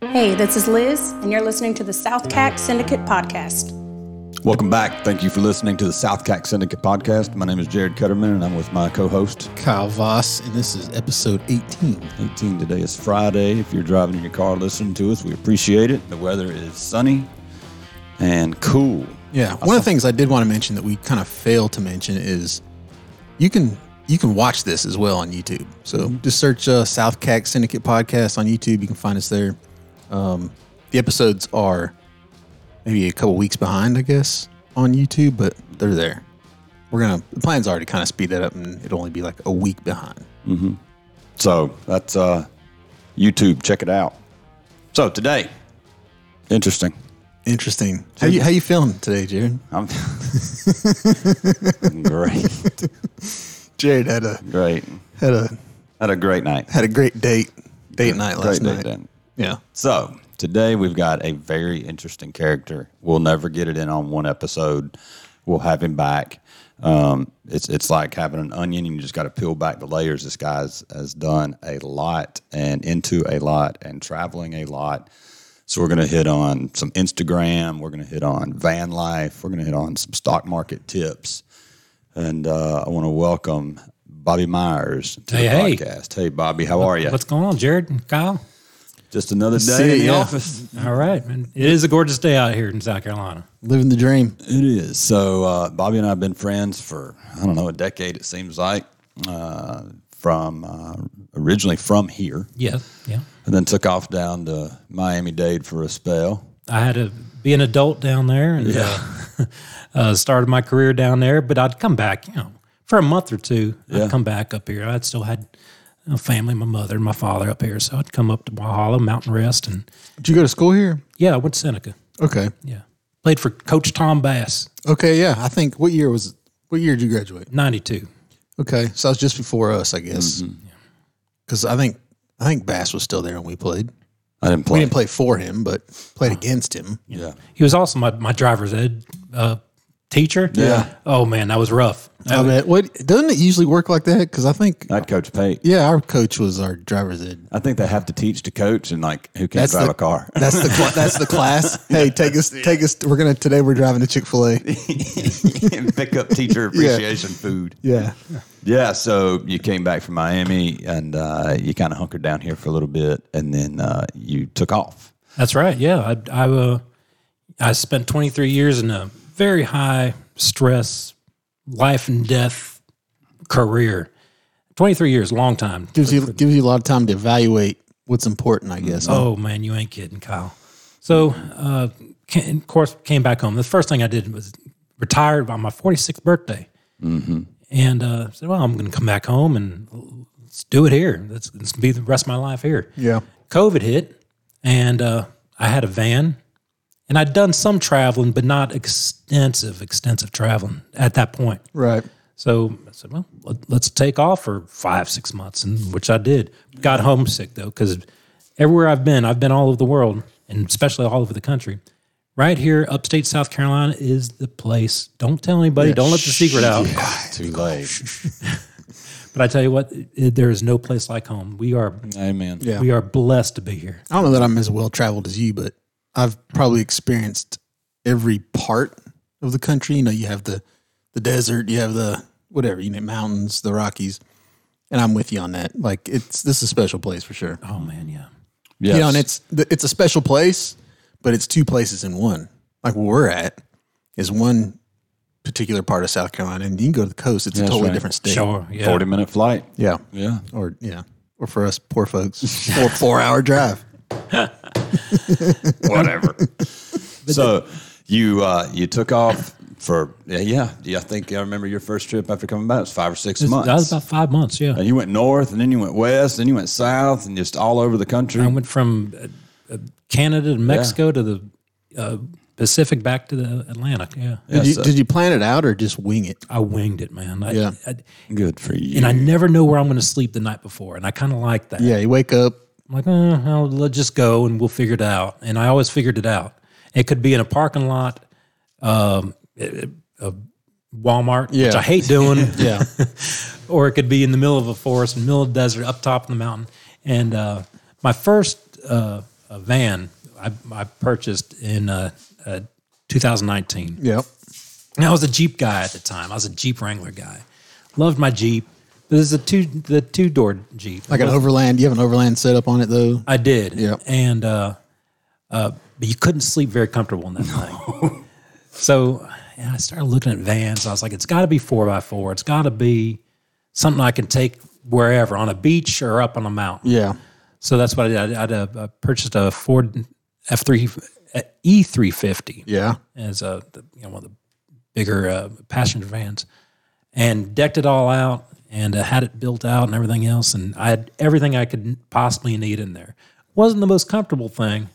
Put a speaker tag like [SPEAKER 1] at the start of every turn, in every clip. [SPEAKER 1] Hey, this is Liz, and you're listening to the South CAC Syndicate Podcast.
[SPEAKER 2] Welcome back. Thank you for listening to the South CAC Syndicate podcast. My name is Jared Cutterman, and I'm with my co-host
[SPEAKER 3] Kyle Voss, and this is episode 18.
[SPEAKER 2] 18. Today is Friday. If you're driving in your car listening to us, we appreciate it. The weather is sunny and cool.
[SPEAKER 3] Yeah, one of the things I did want to mention that we kind of failed to mention is you can you can watch this as well on YouTube. So just search uh, South CAC Syndicate podcast on YouTube. You can find us there. Um, the episodes are maybe a couple weeks behind, I guess, on YouTube, but they're there. We're gonna the plans are to kind of speed that up, and it'll only be like a week behind.
[SPEAKER 2] So that's uh, YouTube. Check it out. So today, interesting.
[SPEAKER 3] Interesting. How you how you feeling today, Jared?
[SPEAKER 2] I'm great.
[SPEAKER 3] Jared had a
[SPEAKER 2] Great.
[SPEAKER 3] had a
[SPEAKER 2] Had a great night.
[SPEAKER 3] had a great date date night last
[SPEAKER 2] Great day,
[SPEAKER 3] night.
[SPEAKER 2] Dan.
[SPEAKER 3] Yeah.
[SPEAKER 2] So today we've got a very interesting character. We'll never get it in on one episode. We'll have him back. Um, it's it's like having an onion and you just got to peel back the layers. This guy's has done a lot and into a lot and traveling a lot. So we're gonna hit on some Instagram. We're gonna hit on van life. We're gonna hit on some stock market tips. And uh, I want to welcome Bobby Myers to
[SPEAKER 4] Hey,
[SPEAKER 2] the
[SPEAKER 4] hey.
[SPEAKER 2] podcast. Hey, Bobby, how are you?
[SPEAKER 4] What's E going on, Jared and Kyle?
[SPEAKER 2] Just another day
[SPEAKER 3] See
[SPEAKER 2] in the
[SPEAKER 3] ya.
[SPEAKER 2] office.
[SPEAKER 4] All right, man. It is a gorgeous day out here in South Carolina.
[SPEAKER 3] Living the dream.
[SPEAKER 2] It is. So uh, Bobby and I have been friends for I don't know a decade. It seems like uh, from uh, originally from here,
[SPEAKER 4] Yeah, yeah.
[SPEAKER 2] and then took off down to Miami Dade for a spell.
[SPEAKER 4] I had to be an adult down there and uh, uh, started my career down there, but I'd come back, you know, for a month or two.
[SPEAKER 2] Yeah.
[SPEAKER 4] I'd come back up here. I'd still had a family, my mother and my father up here, so I'd come up to Walhalla, Mountain Rest, and
[SPEAKER 3] Did you go to school here?
[SPEAKER 4] yeah, I went to Seneca.
[SPEAKER 3] Okay.
[SPEAKER 4] Yeah, played for Coach Tom Bass,
[SPEAKER 3] Okay. Yeah. I think what year was what year did you graduate?
[SPEAKER 4] ninety two.
[SPEAKER 3] Okay. So that was just before us, I guess. Because I think I think Bass was still there when we played.
[SPEAKER 2] I didn't
[SPEAKER 3] We
[SPEAKER 2] play.
[SPEAKER 3] didn't play for him, but played against him.
[SPEAKER 2] Yeah,
[SPEAKER 4] He was also my my driver's ed uh, teacher.
[SPEAKER 2] Yeah.
[SPEAKER 4] Oh man, that was rough.
[SPEAKER 3] I bet. What doesn't it usually work like that? Because I think
[SPEAKER 2] not Coach Pate.
[SPEAKER 3] yeah, our coach was our driver's ed.
[SPEAKER 2] I think they have to teach to coach and like who can't
[SPEAKER 3] That's
[SPEAKER 2] drive
[SPEAKER 3] the-
[SPEAKER 2] a car.
[SPEAKER 3] That's the cla- that's the class. Hey, take us take us. We're gonna today. We're driving to Chick Fil A.
[SPEAKER 2] and pick up teacher appreciation food.
[SPEAKER 3] Yeah.
[SPEAKER 2] Yeah, so you came back from Miami and uh, you kind of hunkered down here for a little bit, and then uh, you took off.
[SPEAKER 4] That's right. Yeah, I I, uh, I spent 23 years in a very high stress, life and death career. 23 years, long time.
[SPEAKER 3] Gives you gives you a lot of time to evaluate what's important. I guess.
[SPEAKER 4] Oh man, you ain't kidding, Kyle. So, uh, ca- and of course, came back home. The first thing I did was retired on my 46th birthday, mm-hmm. and uh, said, "Well, I'm going to come back home and let's do it here. Let's, let's be the rest of my life here."
[SPEAKER 3] Yeah.
[SPEAKER 4] COVID hit, and uh, I had a van, and I'd done some traveling, but not extensive, extensive traveling at that point.
[SPEAKER 3] Right.
[SPEAKER 4] So I said, well, let- let's take off for five, six months, and which I did. Got homesick though, because everywhere I've been, I've been all over the world, and especially all over the country. Right here, upstate South Carolina is the place. Don't tell anybody. Don't let the secret out.
[SPEAKER 2] Too late.
[SPEAKER 4] But I tell you what, it- it- there is no place like home. We are
[SPEAKER 2] Amen.
[SPEAKER 3] Yeah.
[SPEAKER 4] we are blessed to be here.
[SPEAKER 3] I don't know that I'm as well traveled as you, but I've probably experienced every part of the country. You know, you have the the desert, you have the whatever, you know, mountains, the Rockies, and I'm with you on that. Like it's this is a special place for sure.
[SPEAKER 4] Oh man, yeah.
[SPEAKER 2] Yes.
[SPEAKER 3] You know, and it's th- it's a special place, but it's two places in one. Like where we're at is one particular part of South Carolina, and you can go to the coast. It's a totally
[SPEAKER 2] right.
[SPEAKER 3] different state.
[SPEAKER 4] Sure. Yeah.
[SPEAKER 2] 40 minute flight.
[SPEAKER 3] Yeah,
[SPEAKER 2] Yeah.
[SPEAKER 3] or yeah, or for us poor folks, four four hour drive.
[SPEAKER 2] Whatever. so you uh, you took off for, yeah, yeah. Yeah, I think I remember your first trip after coming back. It was five or six months.
[SPEAKER 4] That was about five months. Yeah.
[SPEAKER 2] and you went north and then you went west and you went south and just all over the country.
[SPEAKER 3] Um,
[SPEAKER 4] I went from uh, uh, Canada to Mexico to the uh, Pacific back to the Atlantic. Yeah.
[SPEAKER 3] Did you, did you plan it out or just wing it?
[SPEAKER 4] I winged it, man. I,
[SPEAKER 3] Yeah.
[SPEAKER 4] I,
[SPEAKER 2] Good for you.
[SPEAKER 4] and I never know where I'm going to sleep the night before. And I kind of like that.
[SPEAKER 3] Yeah, you wake up.
[SPEAKER 4] I'm like, eh, I'll, let's just go and we'll figure it out. And I always figured it out. It could be in a parking lot, um, a, a Walmart, which
[SPEAKER 3] Yeah.
[SPEAKER 4] I hate doing.
[SPEAKER 3] Yeah.
[SPEAKER 4] or it could be in the middle of a forest, in the middle of the desert, up top of the mountain. And uh, my first uh, a van I, I purchased in uh, uh, 2019.
[SPEAKER 3] Yep.
[SPEAKER 4] And I was a Jeep guy at the time. I was a Jeep Wrangler guy. Loved my Jeep. But this is a two the two door Jeep.
[SPEAKER 3] Like an overland. You have an overland setup on it though.
[SPEAKER 4] I did.
[SPEAKER 3] Yep.
[SPEAKER 4] And uh, uh, but you couldn't sleep very comfortable in that thing. so and I started looking at vans. I was like, it's got to be four by four. It's got to be something I can take wherever on a beach or up on a mountain.
[SPEAKER 3] Yeah.
[SPEAKER 4] So that's what I did. I, I, uh, I purchased a Ford F three E three fifty
[SPEAKER 3] Yeah.
[SPEAKER 4] as a the, you know one of the bigger uh, passenger vans, and decked it all out and uh, had it built out and everything else, and I had everything I could possibly need in there. wasn't the most comfortable thing,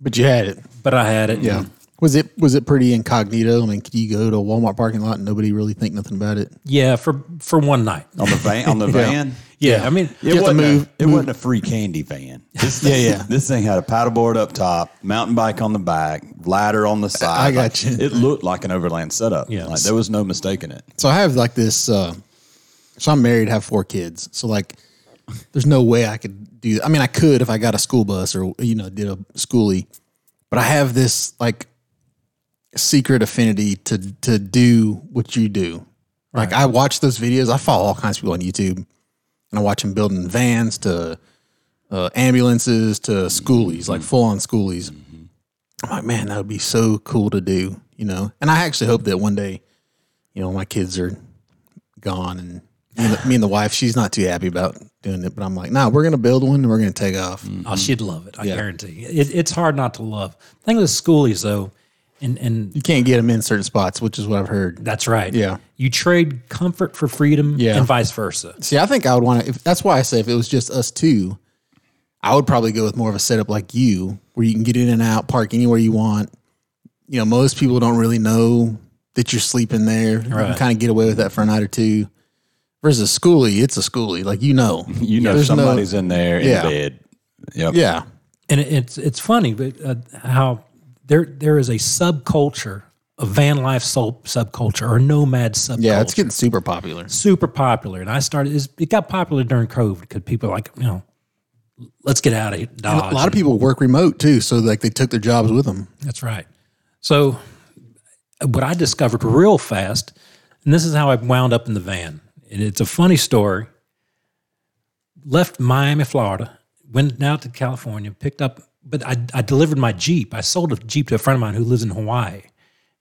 [SPEAKER 3] But you had it.
[SPEAKER 4] but I had it.
[SPEAKER 3] Yeah. Was it was it pretty incognito? I mean, could you go to a Walmart parking lot and nobody really think nothing about it?
[SPEAKER 4] yeah, for for one night.
[SPEAKER 2] on the van. On the van,
[SPEAKER 4] Yeah, I mean,
[SPEAKER 2] It
[SPEAKER 3] have to
[SPEAKER 2] wasn't,
[SPEAKER 3] move-
[SPEAKER 2] a, it wasn't a free candy van. This thing,
[SPEAKER 3] yeah.
[SPEAKER 2] This thing had a paddleboard up top, mountain bike on the back, ladder on the side.
[SPEAKER 3] I got
[SPEAKER 2] Like,
[SPEAKER 3] you.
[SPEAKER 2] It looked like an overland setup.
[SPEAKER 4] Yeah.
[SPEAKER 2] Like, there was no mistaking it.
[SPEAKER 3] So I have like this. Uh, so I'm married, have four kids. So like, there's no way I could do. I mean, I could if I got a school bus or you know did a schoolie, but I have this like secret affinity to to do what you do. Like I watch those videos. I follow all kinds of people on YouTube, and I watch them building vans to uh, ambulances to schoolies, like full on schoolies. I'm like, man, that would be so cool to do, you know. And I actually hope that one day you know, my kids are gone and me and, the, me and the wife, she's not too happy about doing it, but I'm like, nah, we're going to build one and we're going to take off.
[SPEAKER 4] oh, she'd love it. I guarantee. It, it's hard not to love. Thing with schoolies though, and and
[SPEAKER 3] You can't get them in certain spots, which is what I've heard.
[SPEAKER 4] that's right.
[SPEAKER 3] Yeah.
[SPEAKER 4] you trade comfort for freedom,
[SPEAKER 3] Yeah.
[SPEAKER 4] and vice versa.
[SPEAKER 3] See, I think I would want to, if that's why I say if it was just us two, I would probably go with more of a setup like you, where you can get in and out, park anywhere you want. You know, most people don't really know that you're sleeping there. You
[SPEAKER 4] Right.
[SPEAKER 3] can kind of get away with that for a night or two. Versus a schoolie, it's a schoolie. Like, you know,
[SPEAKER 2] You know,
[SPEAKER 3] There's no-
[SPEAKER 2] somebody's in there
[SPEAKER 3] Yeah.
[SPEAKER 2] in bed. Yep.
[SPEAKER 3] yeah.
[SPEAKER 4] and it- it's it's funny, but uh, how there there is a subculture, a van life sub subculture or nomad subculture,
[SPEAKER 3] Yeah. It's getting super popular.
[SPEAKER 4] super popular. And I started it's, it got popular during COVID because people are like you know, let's get out of here, Dodge.
[SPEAKER 3] A lot of people work remote too, so like they took their jobs with them.
[SPEAKER 4] That's right. So what I discovered real fast, and this is how I wound up in the van. And it's a funny story. Left Miami, Florida, went out to California, picked up, but I, I delivered my Jeep. I sold a Jeep to a friend of mine who lives in Hawaii,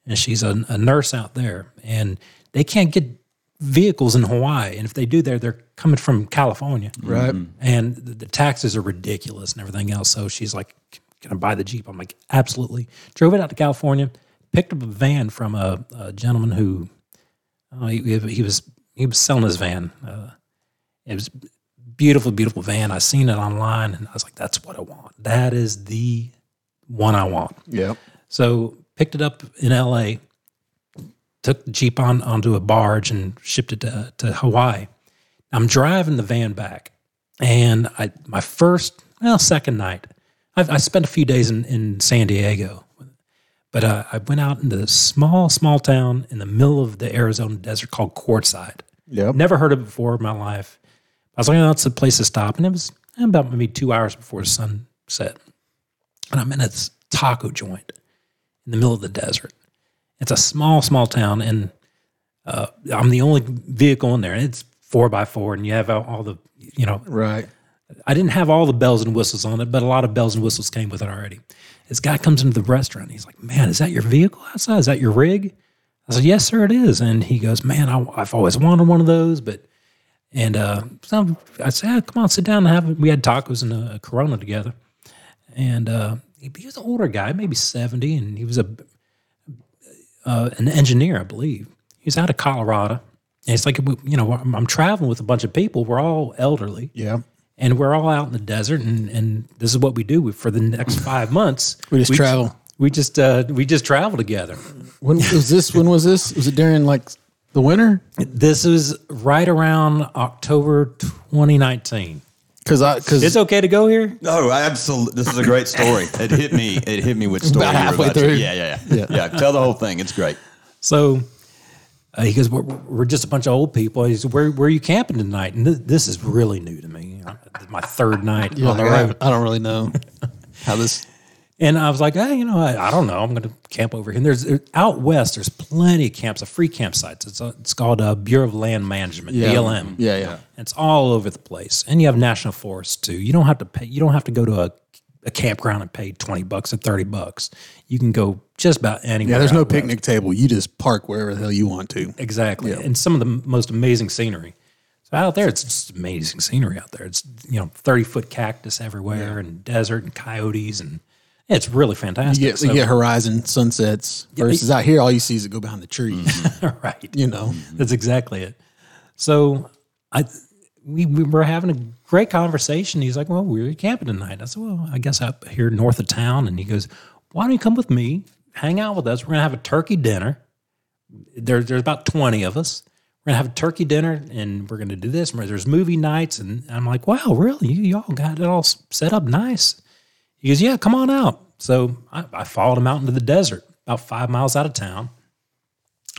[SPEAKER 4] and she's a, a nurse out there. And they can't get vehicles in Hawaii. And if they do, they're, they're coming from California
[SPEAKER 3] Right.
[SPEAKER 4] and the, the taxes are ridiculous and everything else. So she's like, "Can I buy the Jeep?" I'm like, "Absolutely." Drove it out to California, picked up a van from a, a gentleman who oh, he, he- he was he was selling his van. Uh, it was beautiful, beautiful van. I seen it online, and I was like, "That's what I want. That is the one I want."
[SPEAKER 3] Yep.
[SPEAKER 4] So picked it up in L.A. Took the Jeep on onto a barge and shipped it to, to Hawaii. I'm driving the van back, and I my first well second night. I, I spent a few days in, in San Diego, but uh, I went out into this small small town in the middle of the Arizona desert called Quartzsite.
[SPEAKER 3] Yep.
[SPEAKER 4] Never heard of it before in my life. I was like, oh, that's a place to stop. And it was about maybe two hours before the sun set. And I'm in a taco joint in the middle of the desert. It's a small, small town. And uh, I'm the only vehicle in there. And it's four by four. And you have all, all the, you know,
[SPEAKER 3] Right.
[SPEAKER 4] I didn't have all the bells and whistles on it, but a lot of bells and whistles came with it already. This guy comes into the restaurant. He's like, "Man, is that your vehicle outside? Is that your rig?" I said, "Yes, sir, it is." And he goes, "Man, I, I've always wanted one of those, but..." And uh, so I said, "Ah, "Come on, sit down and have." it." We had tacos and a, a Corona together, and uh, he, he was an older guy, maybe seventy, and he was a uh, an engineer, I believe. He was out of Colorado, and it's like you know, I'm, I'm traveling with a bunch of people. We're all elderly
[SPEAKER 3] Yeah.
[SPEAKER 4] and we're all out in the desert and, and this is what we do for the next five months
[SPEAKER 3] We just travel.
[SPEAKER 4] we just uh, we just travel together
[SPEAKER 3] When was this? When was this? Was it during like the winter?
[SPEAKER 4] this is right around october 2019
[SPEAKER 3] Because I
[SPEAKER 4] it's
[SPEAKER 3] because
[SPEAKER 4] okay to go here
[SPEAKER 2] No, absolutely. This is a great story. It hit me. It hit me with story.
[SPEAKER 3] About
[SPEAKER 2] you were
[SPEAKER 3] halfway
[SPEAKER 2] about to-
[SPEAKER 3] through.
[SPEAKER 2] Yeah, yeah, yeah, yeah. Tell the whole thing. It's great.
[SPEAKER 4] so uh, he goes we're, we're just a bunch of old people he said where, where are you camping tonight and th- this is really new to me my Uh, third night on the
[SPEAKER 3] I,
[SPEAKER 4] road
[SPEAKER 3] I don't really know. How this?
[SPEAKER 4] And I was like, hey, you know, I, I don't know. I'm going to camp over here. And there's there- out west, there's plenty of camps, of free campsites. It's, uh it's called uh, Bureau of Land Management, BLM.
[SPEAKER 3] Yeah, yeah.
[SPEAKER 4] It's all over the place. And you have national forests too. You don't have to pay, you don't have to go to a, a campground and pay 20 bucks or 30 bucks. You can go just about anywhere.
[SPEAKER 3] Yeah, there's no
[SPEAKER 4] out west.
[SPEAKER 3] picnic table. You just park wherever the hell you want to.
[SPEAKER 4] Exactly. And some of the m- most amazing scenery. So out there, it's just amazing scenery out there. It's, you know, 30 foot cactus everywhere and desert and coyotes. And it's really fantastic.
[SPEAKER 3] You get, you
[SPEAKER 4] So-
[SPEAKER 3] get horizon sunsets versus out here, all you see is it go behind the trees.
[SPEAKER 4] right. Mm-hmm.
[SPEAKER 3] You know,
[SPEAKER 4] That's exactly it. So I we, we were having a great conversation. He's like, Well, we're camping tonight. I said, Well, I guess up here north of town. And he goes, Why don't you come with me? Hang out with us. We're gonna have a turkey dinner. There, there's about 20 of us. We're gonna have a turkey dinner and we're gonna do this. And There's movie nights, and I'm like, Wow, really? You y'all got it all s- set up nice. He goes, Yeah, come on out. So I, I followed him out into the desert, about five miles out of town.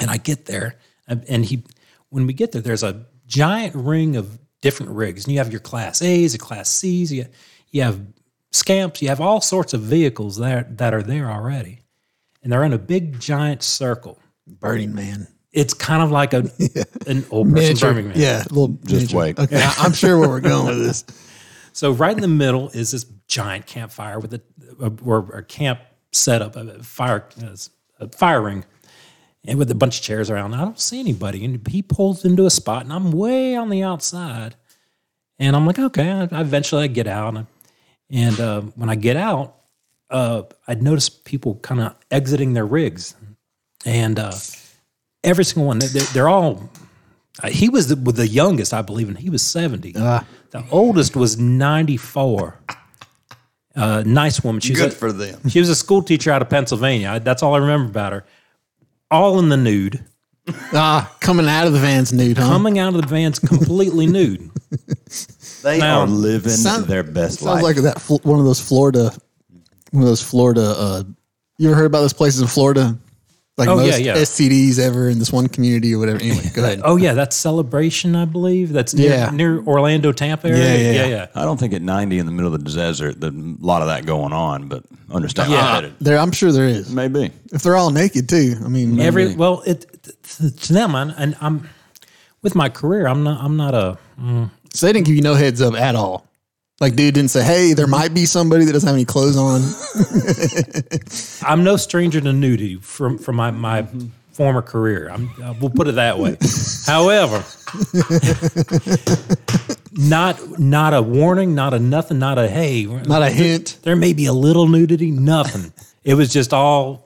[SPEAKER 4] And I get there, and and he, when we get there, there's a giant ring of different rigs, and you have your Class A's, your Class C's, you, you have scamps, you have all sorts of vehicles that that are there already, and they're in a big giant circle.
[SPEAKER 3] Burning Man.
[SPEAKER 4] It's kind of like a an old person Birmingham.
[SPEAKER 3] Yeah, a little
[SPEAKER 2] Just
[SPEAKER 3] miniature.
[SPEAKER 2] wait.
[SPEAKER 3] Okay, I- I'm sure where we're going with this.
[SPEAKER 4] So right in the middle is this giant campfire with a, a or a camp setup, a fire a fire ring, and with a bunch of chairs around. I don't see anybody, and he pulls into a spot, and I'm way on the outside, and I'm like, okay. I, I eventually I get out, and, I- and uh, when I get out, uh, I notice people kind of exiting their rigs, and uh, every single one, they're, they're all uh, he was the, the youngest, I believe, and he was 70. the oldest was 94. Uh, nice woman. She was
[SPEAKER 2] Good
[SPEAKER 4] a,
[SPEAKER 2] for them.
[SPEAKER 4] She was a school teacher out of Pennsylvania. I, that's all I remember about her. All in the nude,
[SPEAKER 3] Ah, coming out of the van's nude, huh?
[SPEAKER 4] coming out of the vans completely nude.
[SPEAKER 2] They
[SPEAKER 4] Now-
[SPEAKER 2] are living
[SPEAKER 3] Sound-
[SPEAKER 2] their best
[SPEAKER 3] Sounds
[SPEAKER 2] life.
[SPEAKER 3] like that fl- one of those Florida, one of those Florida. Uh, you ever heard about those places in Florida? Like
[SPEAKER 4] Oh, yeah,
[SPEAKER 3] most
[SPEAKER 4] yeah.
[SPEAKER 3] STDs ever in this one community or whatever. Anyway, go ahead.
[SPEAKER 4] Oh yeah, that's celebration, I believe. That's near,
[SPEAKER 3] Yeah.
[SPEAKER 4] near Orlando, Tampa area.
[SPEAKER 3] Yeah, yeah, yeah.
[SPEAKER 2] I don't think at 90 in the middle of the desert, there's a lot of that going on, but understand
[SPEAKER 4] Yeah.
[SPEAKER 2] how that it
[SPEAKER 3] There, I'm sure there is.
[SPEAKER 2] may be.
[SPEAKER 3] If they're all naked too, I mean,
[SPEAKER 4] Every well, it to, to them, and, and I'm with my career. I'm not. I'm not a.
[SPEAKER 3] so they didn't give you no heads up at all. Like, dude didn't say, "Hey, there might be somebody that doesn't have any clothes on."
[SPEAKER 4] I'm no stranger to nudity from from my, my
[SPEAKER 3] Mm-hmm.
[SPEAKER 4] former career. I'm, uh, we'll put it that way. However, not not a warning, not a nothing, not a hey.
[SPEAKER 3] Not a hint.
[SPEAKER 4] there may be a little nudity, nothing. It was just all.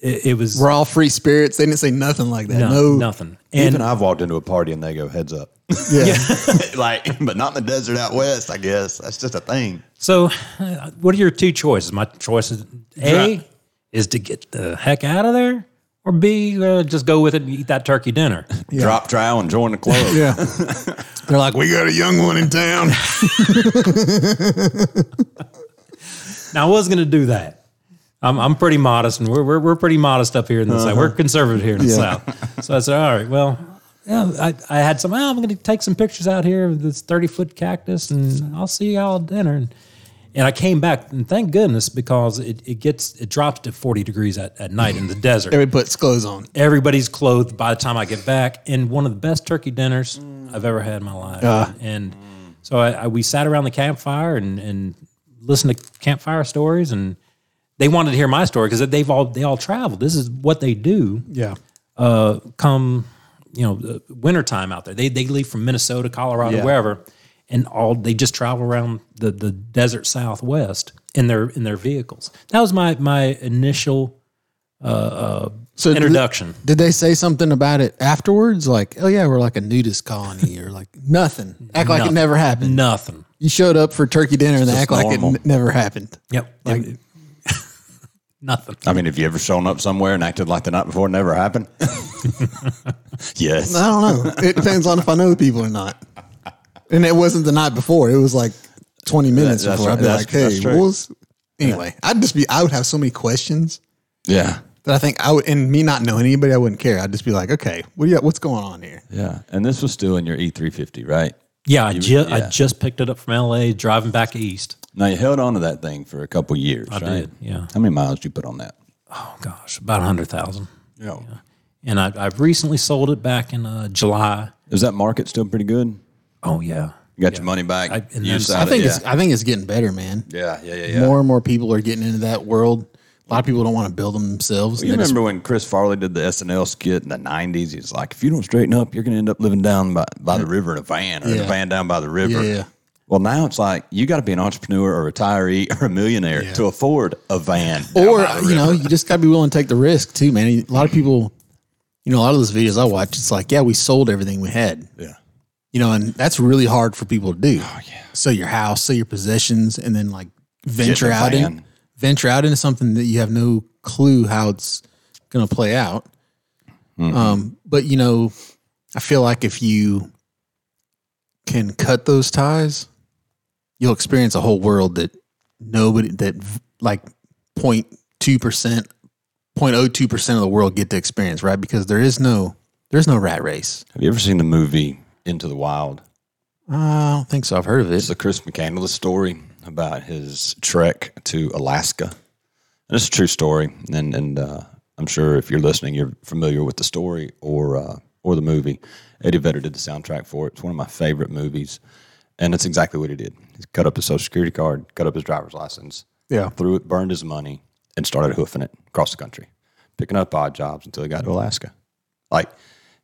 [SPEAKER 4] It, it was
[SPEAKER 3] We're all free spirits. They didn't say nothing like that.
[SPEAKER 4] no-
[SPEAKER 3] No,
[SPEAKER 4] nothing. And
[SPEAKER 2] Even I've walked into a party and they go, heads up.
[SPEAKER 3] Yeah.
[SPEAKER 2] like, but not in the desert out west, I guess. That's just a thing.
[SPEAKER 4] so, uh, what are your two choices? My choice is A is to get the heck out of there, or B uh, just go with it and eat that turkey dinner.
[SPEAKER 2] Drop trowel and join the club.
[SPEAKER 3] yeah. They're like, we got a young one in town.
[SPEAKER 4] Now I was going to do that. I'm, I'm pretty modest, and we're, we're, we're pretty modest up here in the south. We're conservative here in the south. So I said, all right, well, yeah, I, I had some. "Oh, I'm going to take some pictures out here of this 30 foot cactus, and I'll see y'all at dinner. And, and I came back, and thank goodness because it, it gets it drops to 40 degrees at, at night in the desert
[SPEAKER 3] Everybody puts clothes on.
[SPEAKER 4] everybody's clothed by the time I get back. And one of the best turkey dinners I've ever had in my life. and so I, I, we sat around the campfire and, and listened to campfire stories. And they wanted to hear my story because they've all they all traveled. This is what they do.
[SPEAKER 3] Yeah.
[SPEAKER 4] Uh, come you know the wintertime out there. They they leave from Minnesota, Colorado, wherever, and all they just travel around the the desert Southwest in their in their vehicles. That was my my initial
[SPEAKER 3] So did-
[SPEAKER 4] introduction.
[SPEAKER 3] Did they say something about it afterwards? Like, oh yeah, we're like a nudist colony, or like nothing. Act like it
[SPEAKER 4] Nothing.
[SPEAKER 3] never happened.
[SPEAKER 4] Nothing.
[SPEAKER 3] You showed up for turkey dinner and they act like it
[SPEAKER 2] normal.
[SPEAKER 3] n- never happened.
[SPEAKER 4] Yep. nothing.
[SPEAKER 2] I mean, have you ever shown up somewhere and acted like the night before never happened? yes.
[SPEAKER 3] I don't know. it depends on if I know the people or not. And it wasn't the night before. It was like twenty minutes
[SPEAKER 2] that's
[SPEAKER 3] before.
[SPEAKER 2] right.
[SPEAKER 3] I'd be
[SPEAKER 2] That's-
[SPEAKER 3] like, hey,
[SPEAKER 2] that's true.
[SPEAKER 3] what was? Anyway, I'd just be. I would have so many questions
[SPEAKER 2] Yeah.
[SPEAKER 3] that I think I would. And me not knowing anybody, I wouldn't care. I'd just be like, okay, what do you? What's going on here?
[SPEAKER 2] Yeah. And this was still in your E350, E right?
[SPEAKER 4] Yeah, I, ju-
[SPEAKER 2] yeah.
[SPEAKER 4] I just picked it up from LA driving back east.
[SPEAKER 2] Now you held on to that thing for a couple years,
[SPEAKER 4] I
[SPEAKER 2] right?
[SPEAKER 4] did, yeah.
[SPEAKER 2] How many miles did you put on that?
[SPEAKER 4] Oh gosh, about a hundred thousand.
[SPEAKER 2] Yeah.
[SPEAKER 4] And I, I recently sold it back in uh, July.
[SPEAKER 2] Is that market still pretty good?
[SPEAKER 4] Oh yeah,
[SPEAKER 2] You got your money back.
[SPEAKER 4] I- and
[SPEAKER 2] You
[SPEAKER 4] that's-
[SPEAKER 2] decided-
[SPEAKER 3] I think
[SPEAKER 2] yeah.
[SPEAKER 3] it's I think it's getting better, man.
[SPEAKER 2] yeah, yeah, yeah, yeah.
[SPEAKER 3] More and more people are getting into that world. A lot of people don't want to build them themselves.
[SPEAKER 2] You
[SPEAKER 3] and they just-
[SPEAKER 2] remember when Chris Farley did the SNL skit in the '90s? He's like, "If you don't straighten up, you're going to end up living down by, by the river in a van, or in a
[SPEAKER 3] Yeah.
[SPEAKER 2] van down by the river."
[SPEAKER 3] Yeah, yeah.
[SPEAKER 2] Well, now it's like you got to be an entrepreneur, or retiree, or a millionaire to afford a van. down
[SPEAKER 3] or
[SPEAKER 2] by the
[SPEAKER 3] you know,
[SPEAKER 2] river.
[SPEAKER 3] you just gotta be willing to take the risk too, man. A lot of people, you know, a lot of those videos I watch, it's like, yeah, we sold everything we had.
[SPEAKER 2] yeah,
[SPEAKER 3] you know, and that's really hard for people to do. Oh, yeah. Sell your house, sell your possessions, and then like venture
[SPEAKER 2] a
[SPEAKER 3] out
[SPEAKER 2] van.
[SPEAKER 3] in, venture out into something that you have no clue how it's going to play out. Um, but you know, I feel like if you can cut those ties, you'll experience a whole world that nobody that like 0.2 percent, 0.02 percent of the world get to experience, right? Because there is no there's no rat race.
[SPEAKER 2] have you ever seen the movie Into the Wild?
[SPEAKER 3] I don't think so. I've heard of
[SPEAKER 2] It's
[SPEAKER 3] it.
[SPEAKER 2] the Chris McCandless story about his trek to Alaska. And it's a true story, and and uh, I'm sure if you're listening, you're familiar with the story or uh, or the movie. Eddie Vedder did the soundtrack for it. It's one of my favorite movies, and that's exactly what he did. He cut up his social security card, cut up his driver's license,
[SPEAKER 3] Yeah.
[SPEAKER 2] threw it, burned his money, and started hoofing it across the country, picking up odd jobs until he got to Alaska. Like,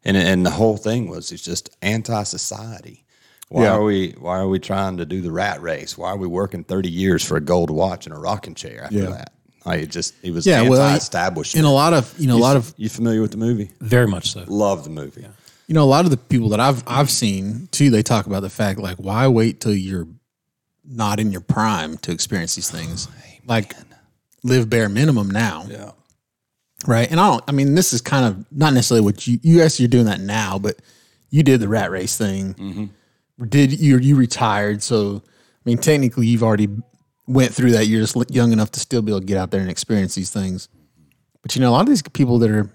[SPEAKER 2] and and the whole thing was it's just anti-society. Why
[SPEAKER 3] Yeah.
[SPEAKER 2] are we Why are we trying to do the rat race? Why are we working thirty years for a gold watch and a rocking chair after
[SPEAKER 3] Yeah.
[SPEAKER 2] that? Like it just it was
[SPEAKER 3] Yeah, well, I-
[SPEAKER 2] anti-establishment.
[SPEAKER 3] And a lot of you know a lot of
[SPEAKER 2] you familiar with the movie?
[SPEAKER 4] very much so.
[SPEAKER 2] Love the movie.
[SPEAKER 3] you know a lot of the people that I've I've seen too. They talk about the fact like why wait till you're not in your prime to experience these things. like live bare minimum now,
[SPEAKER 2] Yeah.
[SPEAKER 3] right? And I don't. I mean, this is kind of not necessarily what you you guys you're doing that now, but you did the rat race thing. Did you you retired? So I mean, technically you've already went through that. You're just li- young enough to still be able to get out there and experience these things. But you know, a lot of these people that are